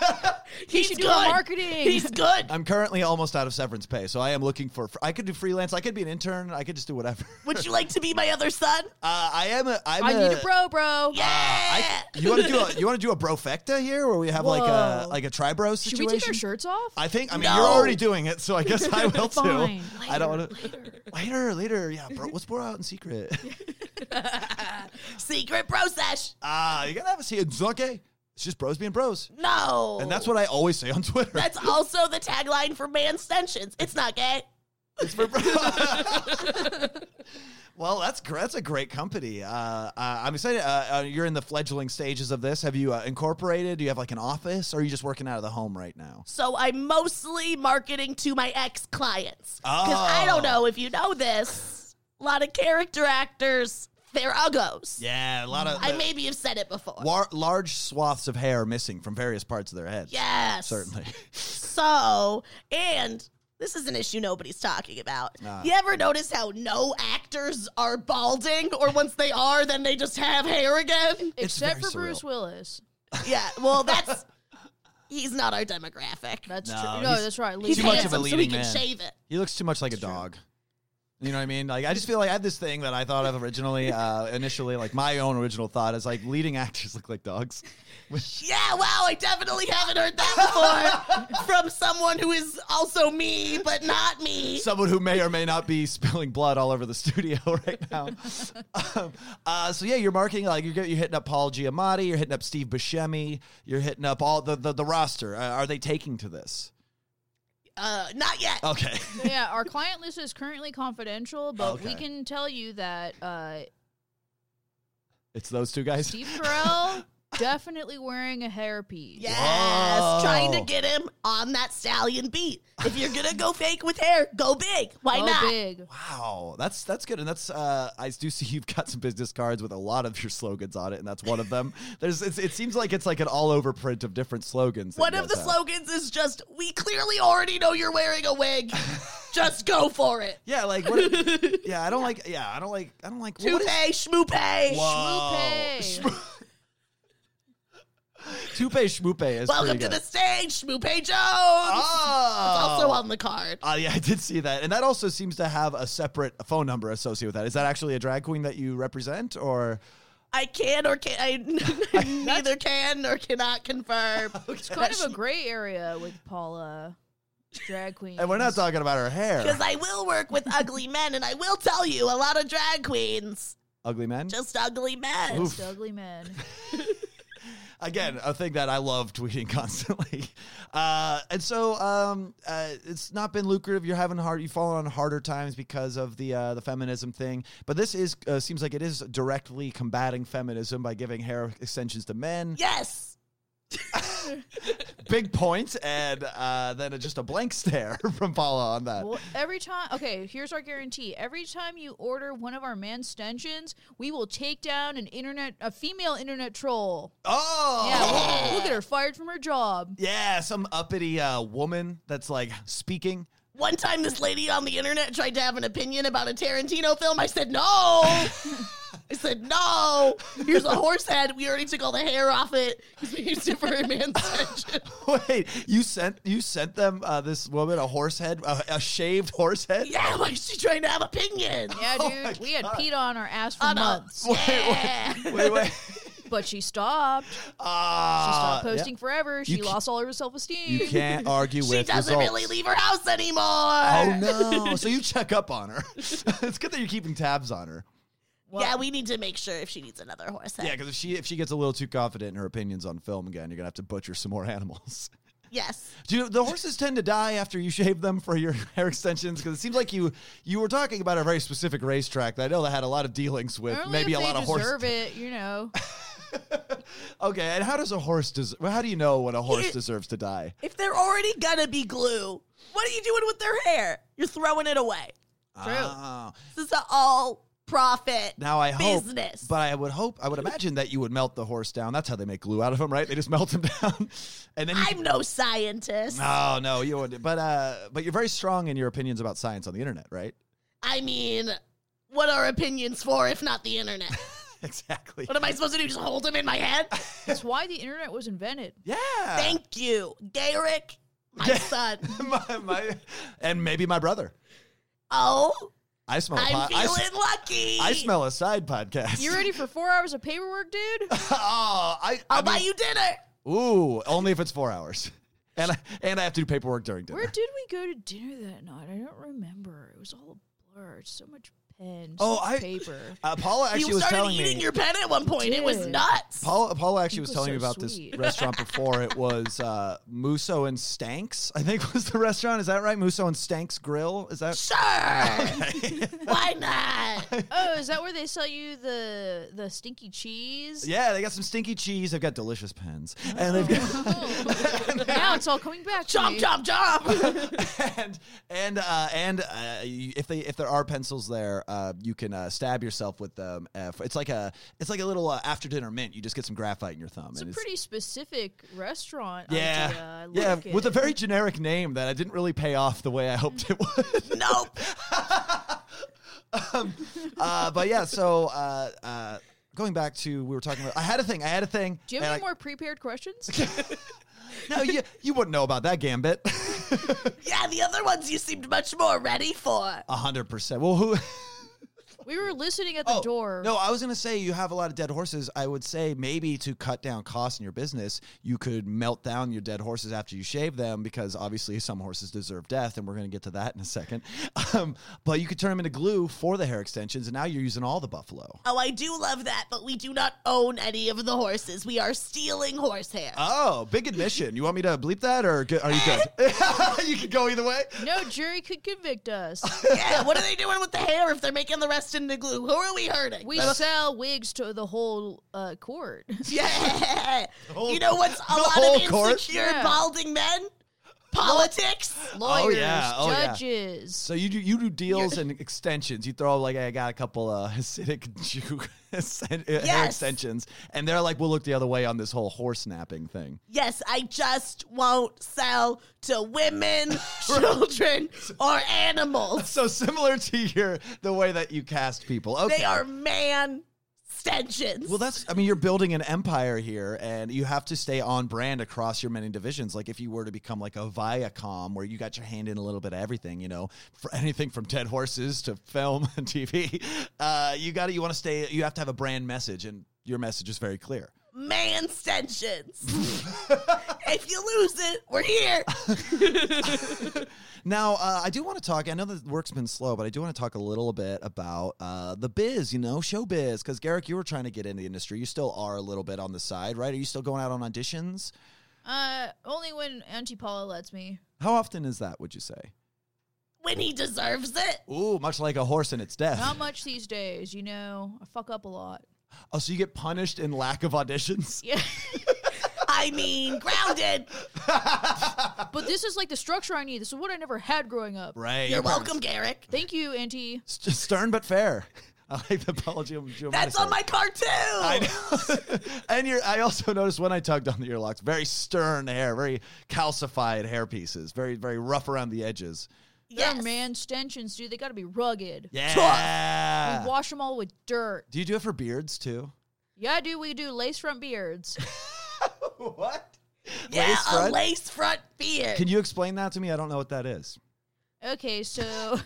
He's
should do our marketing.
He's good.
I'm currently almost out of severance pay, so I am looking for. I could do freelance. I could be an intern. I could just do whatever.
Would you like to be my other son?
Uh, I am a. I'm
I need
a-
a bro, bro.
Yeah.
I, you want to do a you want to do a brofecta here, where we have like a
Whoa.
like a tribro
Should
situation?
we take our shirts off?
I think. I mean,
No.
you're already doing it, so I guess I will too.
Fine.
I don't want to. Later, later, yeah, bro. Let's bro out in secret.
Secret process.
Ah, you gotta have a see. It's okay. It's just bros being bros,
No.
and that's what I always say on Twitter.
That's also the tagline for man stentions. It's not gay.
well, that's gr- that's a great company. Uh, uh, I'm excited. Uh, uh, you're in the fledgling stages of this. Have you uh, incorporated? Do you have like an office, or are you just working out of the home right now?
So I'm mostly marketing to my ex clients. Because I
Oh.
don't know if you know this. A lot of character actors, they're uggos.
Yeah, a lot of
I maybe have said it before.
lar- large swaths of hair missing from various parts of their head.
Yes.
certainly.
So, and This is an issue nobody's talking about.
Ah.
You ever notice how no actors are balding, or once they are, then they just have hair again?
It's
Except for
very surreal.
Bruce Willis.
Yeah, well, that's he's not our demographic.
That's
No,
true.
he's-
No, that's right.
He's
He's
too
Leave
much
it.
of a
handsome, so he
leading
can
man.
shave it.
He looks too much like a dog. You know what I mean? Like I just feel like I had this thing that I thought of originally, uh, initially, like my own original thought is like leading actors look like dogs.
Yeah, wow, I definitely haven't heard that before from someone who is also me, but not me.
Someone who may or may not be spilling blood all over the studio right now. um, uh, so yeah, you're marketing like you're, get- you're hitting up Paul Giamatti, you're hitting up Steve Buscemi, you're hitting up all the the, the roster. Uh, are they taking to this?
Uh, not yet.
Okay.
yeah, our client list is currently confidential, but we
Okay.
can tell you that uh,
It's those two guys.
Steve Carell definitely wearing a hairpiece.
Yes,
Whoa.
trying to get him on that stallion beat. If you're gonna go fake with hair, go big. Why
Go
not?
Oh, big.
Wow, that's that's good, and that's uh, I do see you've got some business cards with a lot of your slogans on it, and that's one of them. There's it's, it seems like it's like an all over print of different slogans. that
One
you
of the
guys have.
slogans is just, "We clearly already know you're wearing a wig. just go for it.
yeah, like what, yeah, I don't like yeah, I don't like I don't like what is-
Toupee, schmoopay.
Whoa.
Schmoopay.
Toupee Schmoopee is
Welcome
pretty
to the
good.
stage, schmoopay Jones.
Oh,
Also on the card.
Oh, yeah, I did see that, and that also seems to have a separate phone number associated with that. Is that actually a drag queen that you represent, or
I can or can I neither can nor cannot confirm.
It's kind of a gray area with Paula, drag queen.
and we're not talking about her hair,
Because I will work with ugly men, and I will tell you a lot of drag queens,
ugly men?
just ugly men.
Oof.
ugly men.
again a thing that i love tweeting constantly uh, and so um, uh, it's not been lucrative you're having hard you've fallen on harder times because of the uh, the feminism thing but this is uh, seems like it is directly combating feminism by giving hair extensions to men
Yes,
big points and uh, then a, just a blank stare from paula on that
Well, every time, okay, here's our guarantee. Every time you order one of our man stentions, we will take down an internet, a female internet troll.
oh
Yeah, we'll, we'll get her fired from her job.
Yeah, some uppity uh, woman that's like speaking.
one time this lady on the internet tried to have an opinion about a Tarantino film. I said no. I said no. Here's a horse head. We already took all the hair off it. He's being used it for a man's section.
Wait, you sent you sent them uh, this woman a horse head, a, a shaved horse head.
Yeah, why is she trying to have opinions?
Yeah,
Oh
dude,
my
we had
God.
Pete on our ass for
On a-
months,
Yeah.
wait, wait.
but she stopped. She
Ah,
stopped posting forever. She
ca-
lost all her self esteem.
yeah. You can't argue
She
with
doesn't
results.
really leave her house anymore.
Oh no! So you check up on her. it's good that you're keeping tabs on her.
yeah, we need to make sure if she needs another horse head.
Yeah, because if she if she gets a little too confident in her opinions on film again, you're gonna have to butcher some more animals.
Yes.
Do you- the horses tend to die after you shave them for your hair extensions? Because it seems like you you were talking about a very specific racetrack that I know that had a lot of dealings with
Only
maybe
if
a
they
lot of horse.
deserve it, you know.
Okay, and how does a horse des- well, How do you know when a horse
It-
deserves to die?
If they're already gonna be glue, what are you doing with their hair? You're throwing it away.
True.
This is an all profit.
Ah. Now I hope,
Business.
but I would hope, I would imagine that you would melt the horse down. That's how they make glue out of them, right? They just melt them down, and then. You
I'm no scientist.
no, no, you wouldn't. But uh, but you're very strong in your opinions about science on the internet, right?
I mean, what are opinions for if not the internet?
Exactly.
What am I supposed to do? Just hold them in my head?
That's why the internet was invented.
Yeah.
Thank you, Garrick, my son.
my, my, and maybe my brother.
Oh,
I smell. a
I'm
pod- I, s-
feeling lucky.
I smell a side podcast.
You ready for four hours of paperwork, dude?
oh, I.
I'll
I
buy
mean-
you dinner.
Ooh, only if it's four hours, and I, and I have to do paperwork during dinner.
Where did we go to dinner that night? I don't remember. It was all a blur. So much pen.
Oh,
so much
I-
paper.
Uh, Paula actually
you
was
started
telling
eating
me.
your pen at one point. It was
Dude.
nuts.
Paula, Paula actually was
People
telling me
so
about this
sweet.
restaurant before. It was uh, Musso and Stanks, I think was the restaurant. Is that right? Musso and Stanks Grill. Is that?
sure. Why not?
Oh, is that where they sell you the the stinky cheese?
Yeah, they got some stinky cheese. They've got delicious pens, and they've got.
Oh. now it's all coming back. To
Jump,
me.
jump, jump.
and and uh, and uh, you- if they if there are pencils there, uh, uh, you can uh, stab yourself with them. Uh, f- it's like a it's like a little uh, after dinner mint. You just get some graphite in your thumb.
It's a
and
pretty specific restaurant
Yeah.
idea. I
yeah,
like
with a
it.
very generic name that I didn't really pay off the way I hoped it would.
Nope.
um, uh, but yeah, so uh, uh, going back to we were talking about, I had a thing. I had a thing.
Do you have any
and I-
more prepared questions?
No, you you wouldn't know about that gambit.
yeah, the other ones you seemed much more ready for.
A hundred percent. Well, who?
we were listening at the
Oh,
door.
No, I was gonna say you have a lot of dead horses. I would say maybe to cut down costs in your business, you could melt down your dead horses after you shave them because obviously some horses deserve death, and we're gonna get to that in a second. Um, but you could turn them into glue for the hair extensions, and now you're using all the buffalo.
Oh, I do love that, but we do not own any of the horses. We are stealing horsehair.
Oh, big admission. You want me to bleep that, or good, are you good? you could go either way.
No jury could convict us.
yeah, what are they doing with the hair if they're making the rest into glue? Who are we hurting?
We sell wigs to the whole uh, court.
yeah.
whole-
you know what's a
the
lot
whole
of
court?
insecure
Yeah.
balding men? Politics.
Lawyers,
yeah, oh, yeah.
judges.
So you do you do deals and extensions. You throw like I got a couple uh, Hasidic Jew exten- uh, hair
Yes.
extensions, and they're like, we'll look the other way on this whole horse napping thing.
Yes, I just won't sell to women, children, or animals.
So similar to your the way that you cast people. Okay.
They are man stentions.
well, that's. I mean, you're building an empire here, and you have to stay on brand across your many divisions. Like, if you were to become like a Viacom, where you got your hand in a little bit of everything, you know, for anything from dead horses to film and TV, uh, you got to. You want to stay. You have to have a brand message, and your message is very clear.
man stentions. if you lose it, we're here.
Now, uh, I do want to talk. I know the work's been slow, but I do want to talk a little bit about uh, the biz, you know, showbiz. Because, Garrick, you were trying to get into the industry. You still are a little bit on the side, right? Are you still going out on auditions?
Uh, only when Auntie Paula lets me.
How often is that, would you say?
When he deserves it.
Ooh, much like a horse in its death.
Um,
Not much these days, you know. I fuck up a lot.
Oh, so you get punished in lack of auditions?
Yeah,
I mean, grounded.
but this is like the structure I need. This is what I never had growing up.
Right.
You're
you're punished.
welcome, Garrick.
Thank you, Auntie.
St- stern but fair. I like the apology. of Joe
That's
Madison.
on my card too.
I know. and your, I also noticed when I tugged on the earlocks, very stern hair, very calcified hair pieces, very, very rough around the edges.
They're man stentions, dude. They got to be rugged. We
Yeah.
wash them all with dirt.
Do you do it for beards too?
Yeah, dude. We do lace front beards.
what?
yeah,
Lace
a
front?
lace front beard.
Can you explain that to me? I don't know what that is.
Okay, so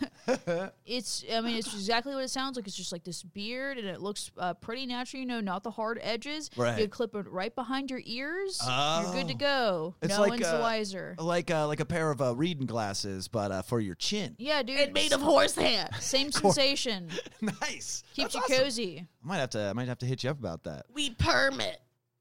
it's I mean it's exactly what it sounds like. It's just like this beard, and it looks uh, pretty natural. You know, not the hard edges.
Right.
You clip it right behind your ears. You're good to
Oh.
go.
It's
no
like,
one's
uh,
the wiser.
Like uh, like a pair of uh, reading glasses, but uh, for your chin.
yeah, dude.
and made of horsehair.
same sensation.
nice.
Keeps
That's
you
awesome.
cozy.
I might have to I might have to hit you up about that.
We permit.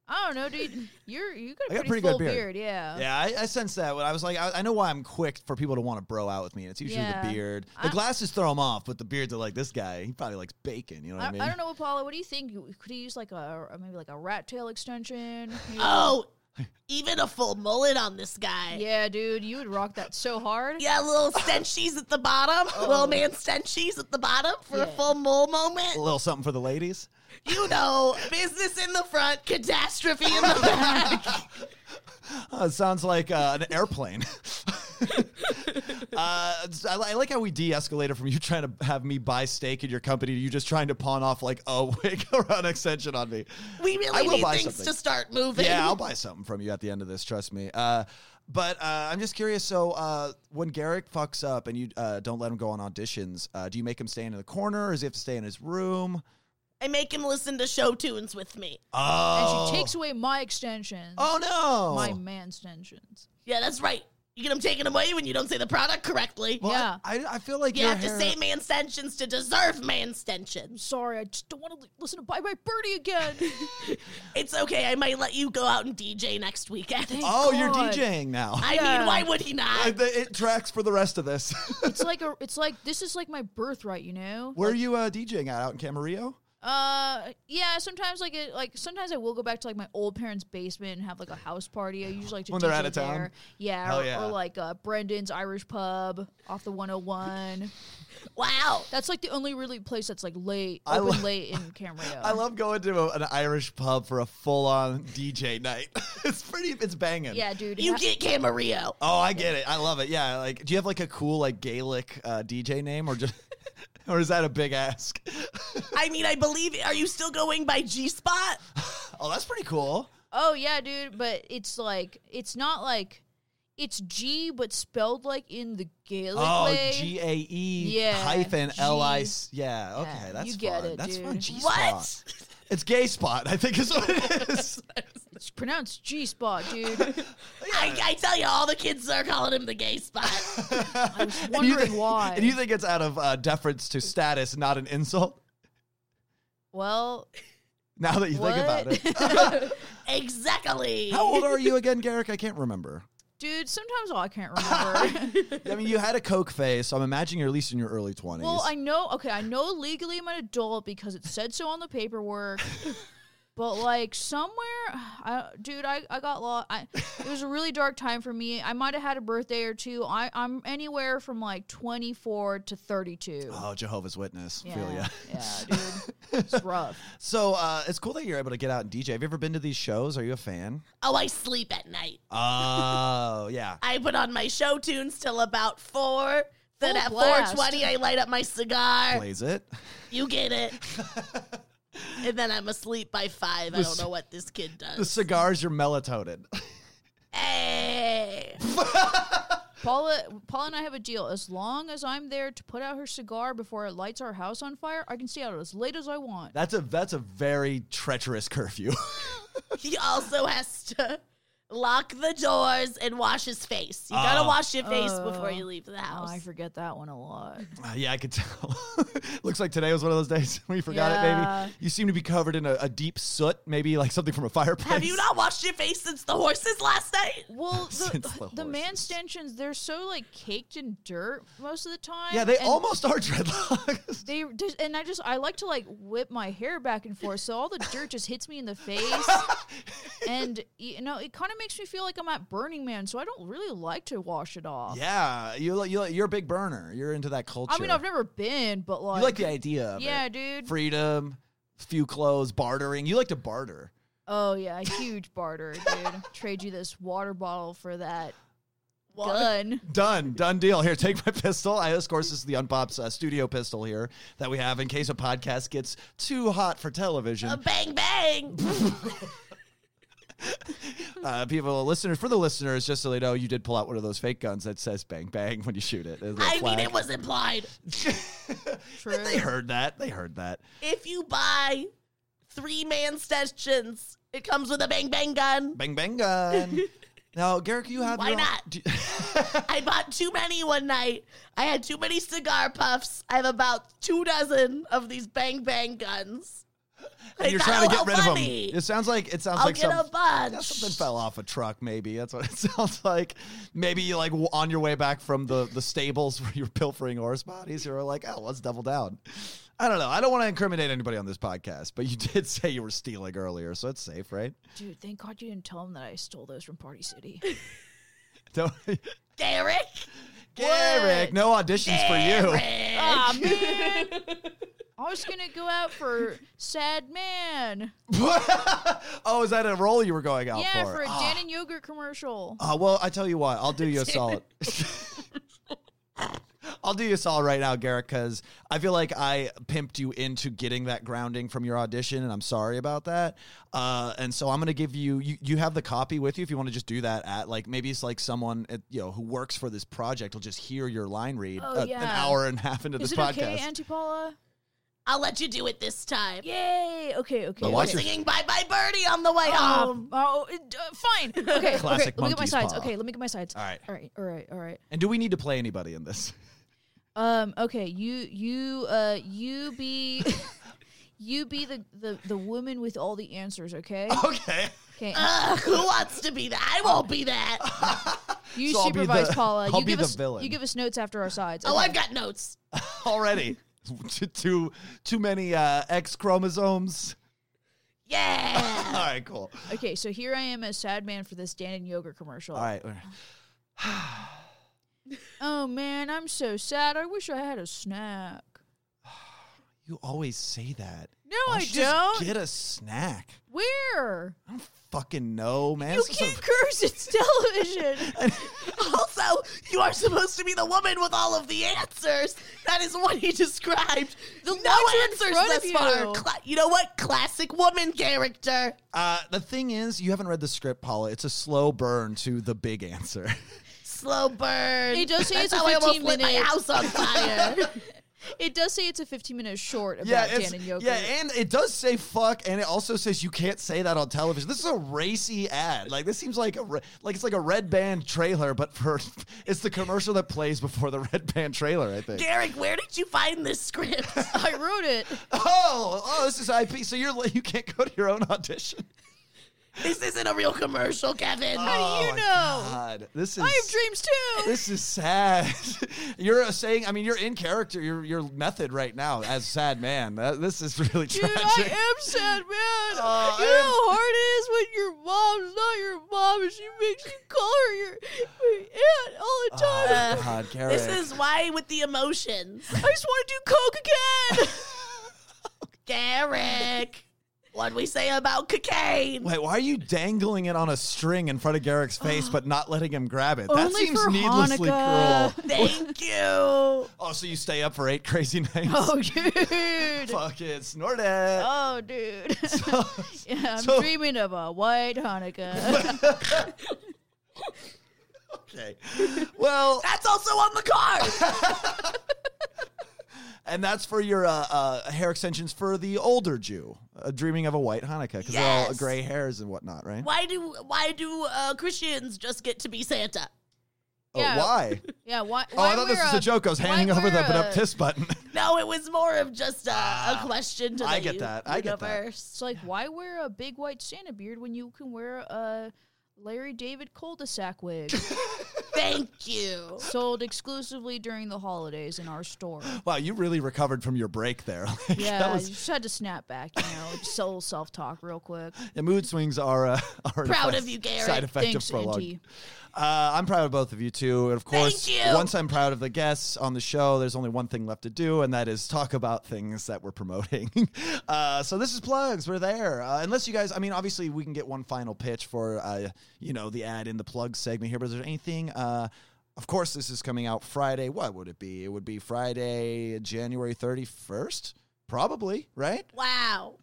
I don't know, dude. You're you got a
I got
pretty,
pretty good
full
beard.
Yeah.
Yeah, I, I sense that. When I was like, I, I know why I'm quick for people to want to bro out with me. and It's usually the
Yeah.
beard. The
I-
glasses throw them off, but the beards are like this guy. He probably likes bacon. You know what I,
I,
mean?
I don't know, Paula. What do you think? You- Could he use like a or maybe like a rat tail extension? You know?
Oh, even a full mullet on this guy.
yeah, dude. You would rock that so hard.
Yeah, little stenchies at the bottom, little man stenchies at the bottom for a
Oh. Yeah.
full mole
A
moment.
little something for the ladies.
You know, business in the front, catastrophe in the back.
Oh, it sounds like uh, an airplane. uh, it's- I, I like how we de-escalated from you trying to have me buy steak in your company to you just trying to pawn off like a wig or an extension on me.
We
I
really
will
need
buy
things
something.
to start moving.
Yeah, I'll buy something from you at the end of this. Trust me. Uh, but uh, I'm just curious. So uh, when Garrick fucks up and you uh, don't let him go on auditions, uh, do you make him stand in the corner, or does he have to stay in his room?
I make him listen to show tunes with me.
Oh,
And she takes away my extensions.
Oh no!
my man extensions.
Yeah, that's right. You get them taken away when you don't say the product correctly.
Well,
Yeah.
I, I feel like
you
your
have to
hair-
say man stentions to deserve man stentions.
Sorry, I just don't want to listen to Bye Bye Birdie again.
It's okay. I might let you go out and DJ next weekend.
Oh, you're
God.
DJing now.
I
Yeah.
mean, why would he
I-
not?
the- it tracks for the rest of this.
it's like a, it's like this is like my birthright, you know.
Where are you uh, DJing at? Out in Camarillo?
Uh, yeah. Sometimes like it, like sometimes I will go back to like my old parents' basement and have like a house party. I usually like to
When they're
DJ
out of town?
there. Yeah,
Hell
or,
yeah.
or like uh, Brendan's Irish Pub off the 101.
Wow.
that's like the only really place that's like late,
I
open
lo-
late in Camarillo.
I love going to a- an Irish pub for a full on DJ night. it's pretty, it's banging.
Yeah, dude.
You
ha-
get Camarillo.
Oh, I get it. I love it. Yeah. Like, do you have like a cool like Gaelic uh, DJ name or just, or is that a big ask?
I mean, I believe. Are you still going by G Spot?
oh, that's pretty cool.
Oh yeah, dude, but it's like it's not like it's G but spelled like in the Gaelic
Oh,
way.
G A E
Yeah,
hyphen
G-
L I. C- Yeah. Okay.
Yeah,
that's
you get
fun.
it,
that's fun.
dude.
G spot.
What?
It's gay spot. I think is what it is.
It's pronounced G spot, dude.
I, I tell you, all the kids are calling him the gay spot.
I was
wondering why.
And you think it's out of uh, deference to status, not an insult?
well,
Now that you
what?
think about it.
exactly.
How old are you again, Garrick? I can't remember.
dude, sometimes all I can't remember.
I mean, you had a coke phase, so I'm imagining you're at least in your early 20s.
well, I know. Okay, I know legally I'm an adult because it said so on the paperwork. But like somewhere, I, dude, I, I got lost. I, it was a really dark time for me. I might have had a birthday or two. I, I'm anywhere from like 24 to 32.
oh, Jehovah's Witness.
Yeah,
Feel ya.
yeah, dude, it's rough.
So uh, it's cool that you're able to get out and DJ. Have you ever been to these shows? Are you a fan?
Oh, I sleep at night.
Oh, yeah.
I put on my show tunes till about four. Then
Full
at
blast.
4:20, I light up my cigar.
Plays it.
You get it. and then I'm asleep by five. I don't know what this kid
The
does.
cigar's your melatonin.
Hey,
Paula, Paula and I have a deal. As long as I'm there to put out her cigar before it lights our house on fire, I can stay out as late as I want.
That's a that's a very treacherous curfew.
he also has to lock the doors and wash his face. You gotta
Oh.
wash your face before
Oh.
you leave the
Oh,
house.
I forget that one a lot.
Uh, yeah, I could tell. Looks like today was one of those days we forgot it.
Yeah.
Maybe you seem to be covered in a, a deep soot. Maybe like something from a fireplace.
Have you not washed your face since the horses last night?
Well, the,
Since the
the, man
horses.
stanchions, they're so like caked in dirt most of the time.
Yeah, they
and
almost are dreadlocks.
They just, and I just I like to like whip my hair back and forth, so all the dirt just hits me in the face, and you know it kind of makes me feel like I'm at Burning Man, so I don't really like to wash it off.
yeah, you li- you li- you're a big burner. You're into that culture.
I mean I've never been, but like,
you like the idea of
yeah,
it.
dude.
freedom, few clothes, bartering. You like to barter.
Oh yeah, huge barter, dude. Trade you this water bottle for that
Water-
gun.
Done, done deal. Here, take my pistol. I, of course, this is the Unpops uh, studio pistol here that we have in case a podcast gets too hot for television.
A bang bang.
uh, people, listeners, for the listeners, just so they know, you did pull out one of those fake guns that says "bang bang" when you shoot it. There's a
I mean,
flag.
it was implied.
True.
they heard that. They heard that.
If you buy three man sessions, it comes with a bang bang gun.
Bang bang gun. now, Garrick, you have
Why
your own-
not?
do-
I bought too many one night. I had too many cigar puffs. I have about two dozen of these bang bang guns. I
and you're
thought,
trying to
"Oh,
get rid
how
of them.
funny.
It sounds like it sounds
I'll
like
get
some-
a bunch.
yeah, something fell off a truck. Maybe that's what it sounds like. Maybe you like w- on your way back from the the stables where you're pilfering horse bodies. You're like, oh, let's double down. I don't know. I don't want to incriminate anybody on this podcast, but you did say you were stealing earlier, so it's safe, right?
Dude, thank God you didn't tell him that I stole those from Party City.
Don't,
Derek.
Garrick, no auditions for you.
Ah man, I was gonna go out for Sad Man.
oh, is that a role you were going out
yeah,
for?
for a
Ah.
Dan and yogurt commercial.
Uh, well, I tell you what, I'll do you a solid. I'll do you a solid right now, Garrett, because I feel like I pimped you into getting that grounding from your audition, and I'm sorry about that. Uh, and so I'm going to give you, you, you have the copy with you if you want to just do that at like maybe it's like someone at, you know who works for this project will just hear your line read
Oh,
uh, an
yeah.
hour and a half into
Is
this
it
podcast.
okay, Auntie Paula?
I'll let you do it this time.
Yay! Okay, okay.
But
okay.
why
We're
should-
singing Bye Bye Birdie on the way home.
Um, oh, it- uh, fine. Okay,
Classic
okay. Let me get my
monkey's
sides.
paw.
Okay, let me get my sides.
All right.
all right, all right, all right.
and do we need to play anybody in this?
Um, okay, you, you, uh, you be, you be the the the woman with all the answers. Okay.
okay.
Okay.
Ugh, who wants to be that? I won't be that.
You
So I'll be
supervise
the-
Paula.
I'll
you
be
give
the
us
villain.
you give us notes after our sides.
Oh,
okay?
I've got notes.
Already. too too, too many uh, X chromosomes. All
Yeah.
right, cool.
Okay, so here I am as sad man for this Dan and yogurt commercial.
All right. all right.
Oh man, I'm so sad. I wish I had a snack.
You always say that.
No,
Why
I
you just
don't.
Get a snack.
Where?
I don't fucking know, man.
You
This is a-
can't curse. It's television.
also, you are supposed to be the woman with all of the answers. That is what he described. no
are in
answers
front of
thus far.
you.
Cla- you know what? Classic woman character.
Uh, the thing is, you haven't read the script, Paula. It's a slow burn to the big answer.
Slow burn.
It does say
That's
it's a
how I almost
15
lit my
minute.
house on fire.
it does say it's a 15 minute short about Dan and yogurt.
yeah, and it does say fuck, and it also says you can't say that on television. This is a racy ad. Like this seems like a re- like it's like a red band trailer, but for it's the commercial that plays before the red band trailer. I think.
Derek, where did you find this script?
I wrote it.
Oh, oh, this is IP. So you're li- you can't go to your own audition.
this isn't a real commercial, Kevin.
How
do you
Oh my
know?
God. This is
I have dreams too.
This is sad. you're uh, saying, I mean, you're in character, your your method right now as sad man. That- this is really
Dude,
tragic.
I am sad, man.
Oh, I
you know
am-
how hard it is when your mom's not your mom and she makes you call her your, your aunt all the time.
Oh, God, Karen.
This is why with the emotions.
I just want to do coke again.
Derek, what we say about cocaine?
Wait, why are you dangling it on a string in front of Garrick's face but not letting him grab it? That
Only
seems
for
needlessly
Hanukkah.
cruel.
Thank you.
Oh, so you stay up for eight crazy nights?
oh, dude.
Fuck it, snort it.
Oh, dude. yeah, I'm
so-
dreaming of a white Hanukkah.
Okay. Well,
That's also on the card.
and that's for your uh, uh, hair extensions for the older Jew, uh, dreaming of a white Hanukkah because they're all
Yes.
gray hairs and whatnot, right?
why do why do uh, Christians just get to be Santa?
Oh,
Yeah.
why?
yeah, why?
Oh,
why
I thought this
wear
was a joke. I was
why
handing over the
wear
but up
a-
this button.
No, it was more of just a, a question to the
Ah, I get that. I get that.
It's like, why wear a big white Santa beard when you can wear a Larry David cul-de-sac wig?
Thank you.
sold exclusively during the holidays in our store.
wow, you really recovered from your break there. Like,
Yeah,
that was-
you just had to snap back, you know, just a little self talk real quick.
the mood swings are, uh, are an
Proud
effect-
of you, Garrett.
Side effect
Thanks,
of prolonged.
Auntie.
Uh, I'm proud of both of you too. And of course,
you.
once I'm proud of the guests on the show, there's only one thing left to do, and that is talk about things that we're promoting. uh, so this is plugs. We're there. Uh, unless you guys, I mean, obviously we can get one final pitch for, uh, you know, the ad in the plug segment here. But is there anything? Uh, of course, this is coming out Friday. What would it be? It would be Friday, January 31st, probably. Right?
Wow.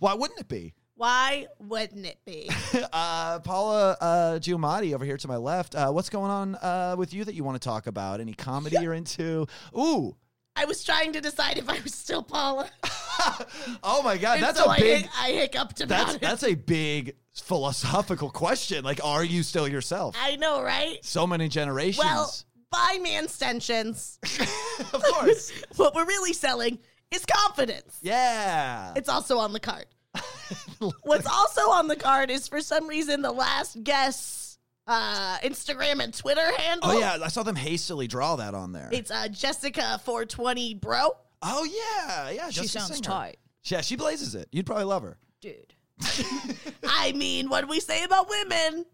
Why wouldn't it be?
Why wouldn't it be?
uh, Paula uh, Giamatti over here to my left. Uh, what's going on uh, with you that you want to talk about? Any comedy you're into? Ooh.
I was trying to decide if I was still Paula.
Oh my God.
And
Uh, That's
so
a
I
big.
hic- I hiccuped about
that's
it.
that's a big philosophical question. Like, are you still yourself?
I know, right?
so many generations.
Well, buy manstensions.
of course.
what we're really selling is confidence.
Yeah.
It's also on the card. What's also on the card is for some reason the last guest uh, Instagram and Twitter handle.
Oh yeah, I saw them hastily draw that on there.
It's uh, Jessica four twenty bro.
oh yeah, yeah.
She
Jessica
sounds
Singer.
tight,
Yeah, she blazes it. You'd probably love her.
dude.
I mean, what do we say about women?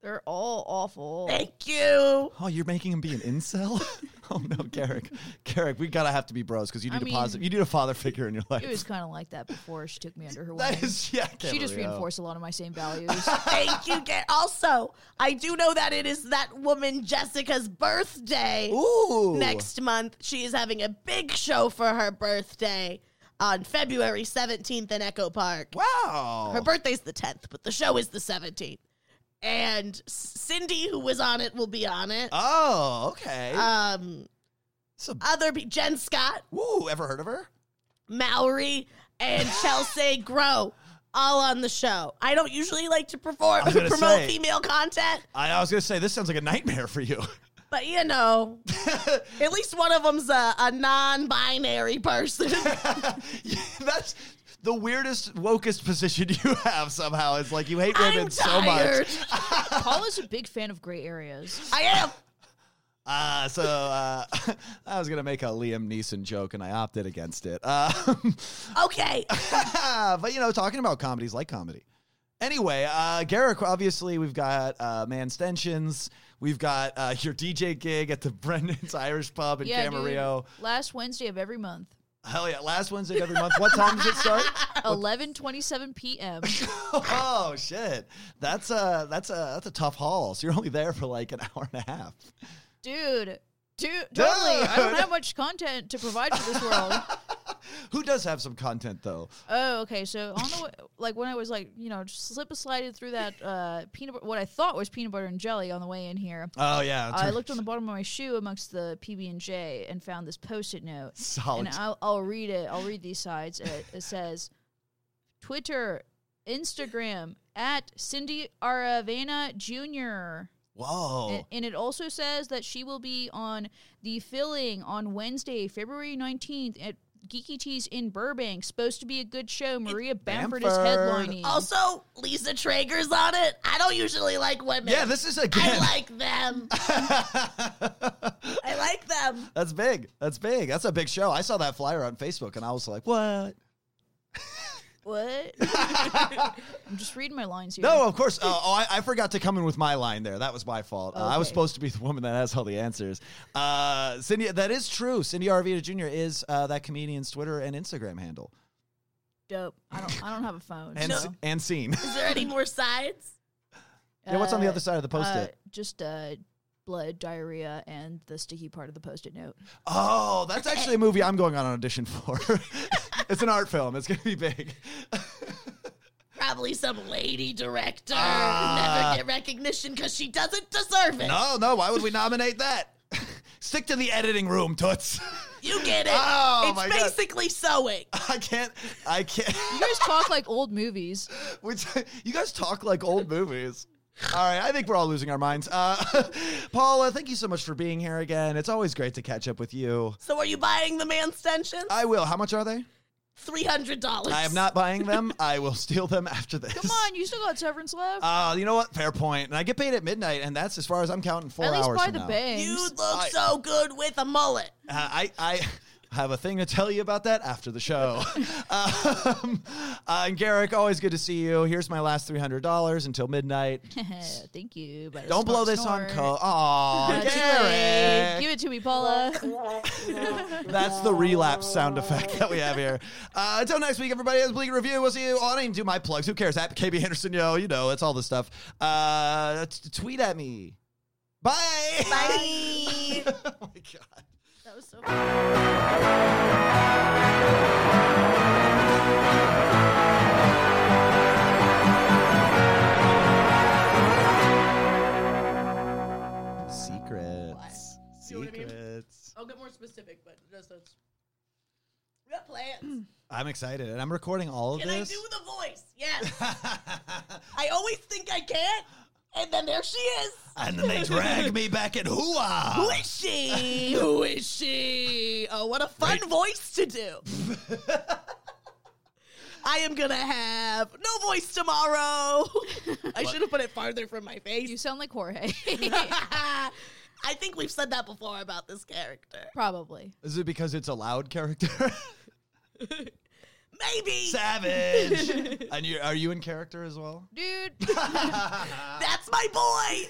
They're all awful.
Thank you.
Oh, you're making him be an incel? oh no, Garrick. Garrick, we gotta have to be bros because you
I
need a
mean-
positive you need a father figure in your life.
It was kind of like that before she took me under her wing.
that is yeah. I can't
she just
believe- oh.
reinforced a lot of my same values.
Thank you. Ga- Also, I do know that it is that woman Jessica's birthday.
Ooh.
next month. She is having a big show for her birthday on February 17th in Echo Park.
Wow.
Her birthday's the 10th, but the show is the 17th. And Cindy, who was on it, will be on it.
oh, okay.
Uh,
Um,
so,
other pe- Jen Scott,
woo, ever heard of her?
Mallory, and Chelsea Grow. All on the show. I don't usually like to perform
was gonna
promote
say.
female content,
I, I was gonna say this sounds like a nightmare for you.
but you know, at least one of them's a, a non-binary person.
Yeah, That's the weirdest, wokest position you have somehow. It's like you hate women
I'm
so much.
tired.
Paula's a big fan of gray areas.
I am.
Uh, so uh, I was gonna make a Liam Neeson joke, and I opted against it. Um,
Okay.
but you know, talking about comedies like comedy. Anyway, uh, Garrick, obviously, we've got uh, Manstentions. We've got uh, your DJ gig at the Brendan's Irish Pub in
Yeah, dude.
Camarillo.
Last Wednesday of every month,
Hell yeah, last Wednesday of every month. What time does it start?
eleven twenty seven p.m.
oh shit, that's a that's a that's a tough haul. So you're only there for like an hour and a half.
Dude, dude, totally. I don't have much content to provide for this world.
Who does have some content though?
Oh, okay. So on the way, like when I was like, you know, just slip a slided through that uh, peanut, bu- what I thought was peanut butter and jelly on the way in here.
Oh yeah,
I looked on the bottom of my shoe amongst the PB and J and found this post-it note.
solid.
And I'll, I'll read it. I'll read these sides. It, it says, Twitter, Instagram at Cindy Aravena Jr.
Whoa,
A- And it also says that she will be on the filling on Wednesday, February 19th at Geeky Teas in Burbank. Supposed to be a good show. Maria Bamford, is
Bamford.
headlining.
Also, Lisa Traeger's on it. I don't usually like women.
yeah, this is
I
again.
like them. I like them.
That's big. That's big. That's a big show. I saw that flyer on Facebook and I was like, what?
what? I'm just reading my lines here.
No, of course. Uh, oh, I, I forgot to come in with my line there. That was my fault. Uh, I was
Okay.
supposed to be the woman that has all the answers. Uh, Cindy, that is true. Cindy Arvita Jr. is uh, that comedian's Twitter and Instagram handle.
Dope. I don't, I don't have a phone.
And,
so,
s- and seen.
Is there any more sides?
yeah, what's on the
uh,
other side of the post
uh,
it?
just uh, blood, diarrhea, and the sticky part of the post-it note.
Oh, that's actually a movie I'm going on an audition for. it's an art film. It's going to be big.
Probably some lady director
Ah.
never get recognition because she doesn't deserve it.
No, no. Why would we nominate that? Stick to the editing room, Toots.
You get it.
Oh,
it's
my God.
basically sewing.
I can't. I can't.
You guys talk like old movies.
We t- you guys talk like old movies. All right, I think we're all losing our minds. Uh, Paula, thank you so much for being here again. It's always great to catch up with you.
So are you buying the man stentions?
I will. How much are they?
Three hundred dollars.
I am not buying them. I will steal them after this.
Come on, you still got severance left.
Uh, you know what? Fair point. And I get paid at midnight, and that's as far as I'm counting four
At least
hours
by
from
the
now.
bangs.
You look
I-
so good with a mullet.
Uh, I, I have a thing to tell you about that after the show. um, uh, and Garrick, always good to see you. Here's my last $300 until midnight.
Thank you. But
Don't blow this on
coke.
code. Aw, Garrick.
Give it to me, Paula.
That's the relapse sound effect that we have here. Uh, until next week, everybody. This is Bleak Review. We'll see you. Oh, I didn't even do my plugs. Who cares? At KB Anderson, yo, you know, it's all this stuff. Uh, t- tweet at me. Bye.
Bye.
oh my god.
that was so.
Secrets.
See what I mean?
Secrets.
I'll get more specific, but just that's. We got plans.
I'm excited, and I'm recording all of
Can I
Hmm. this.
do the voice? Yes. I always think I can't, and then there she is.
and then they drag me back uh? at
Who
hooah.
is she? Who is she? Oh, what a fun voice to do. I am gonna have no voice tomorrow. I should have put it farther from my
you
face.
sound like Jorge.
I think we've said that before about this character.
Probably.
Is it because it's a loud character?
Maybe
Savage. and you are you in character as well?
Dude.
that's my boy.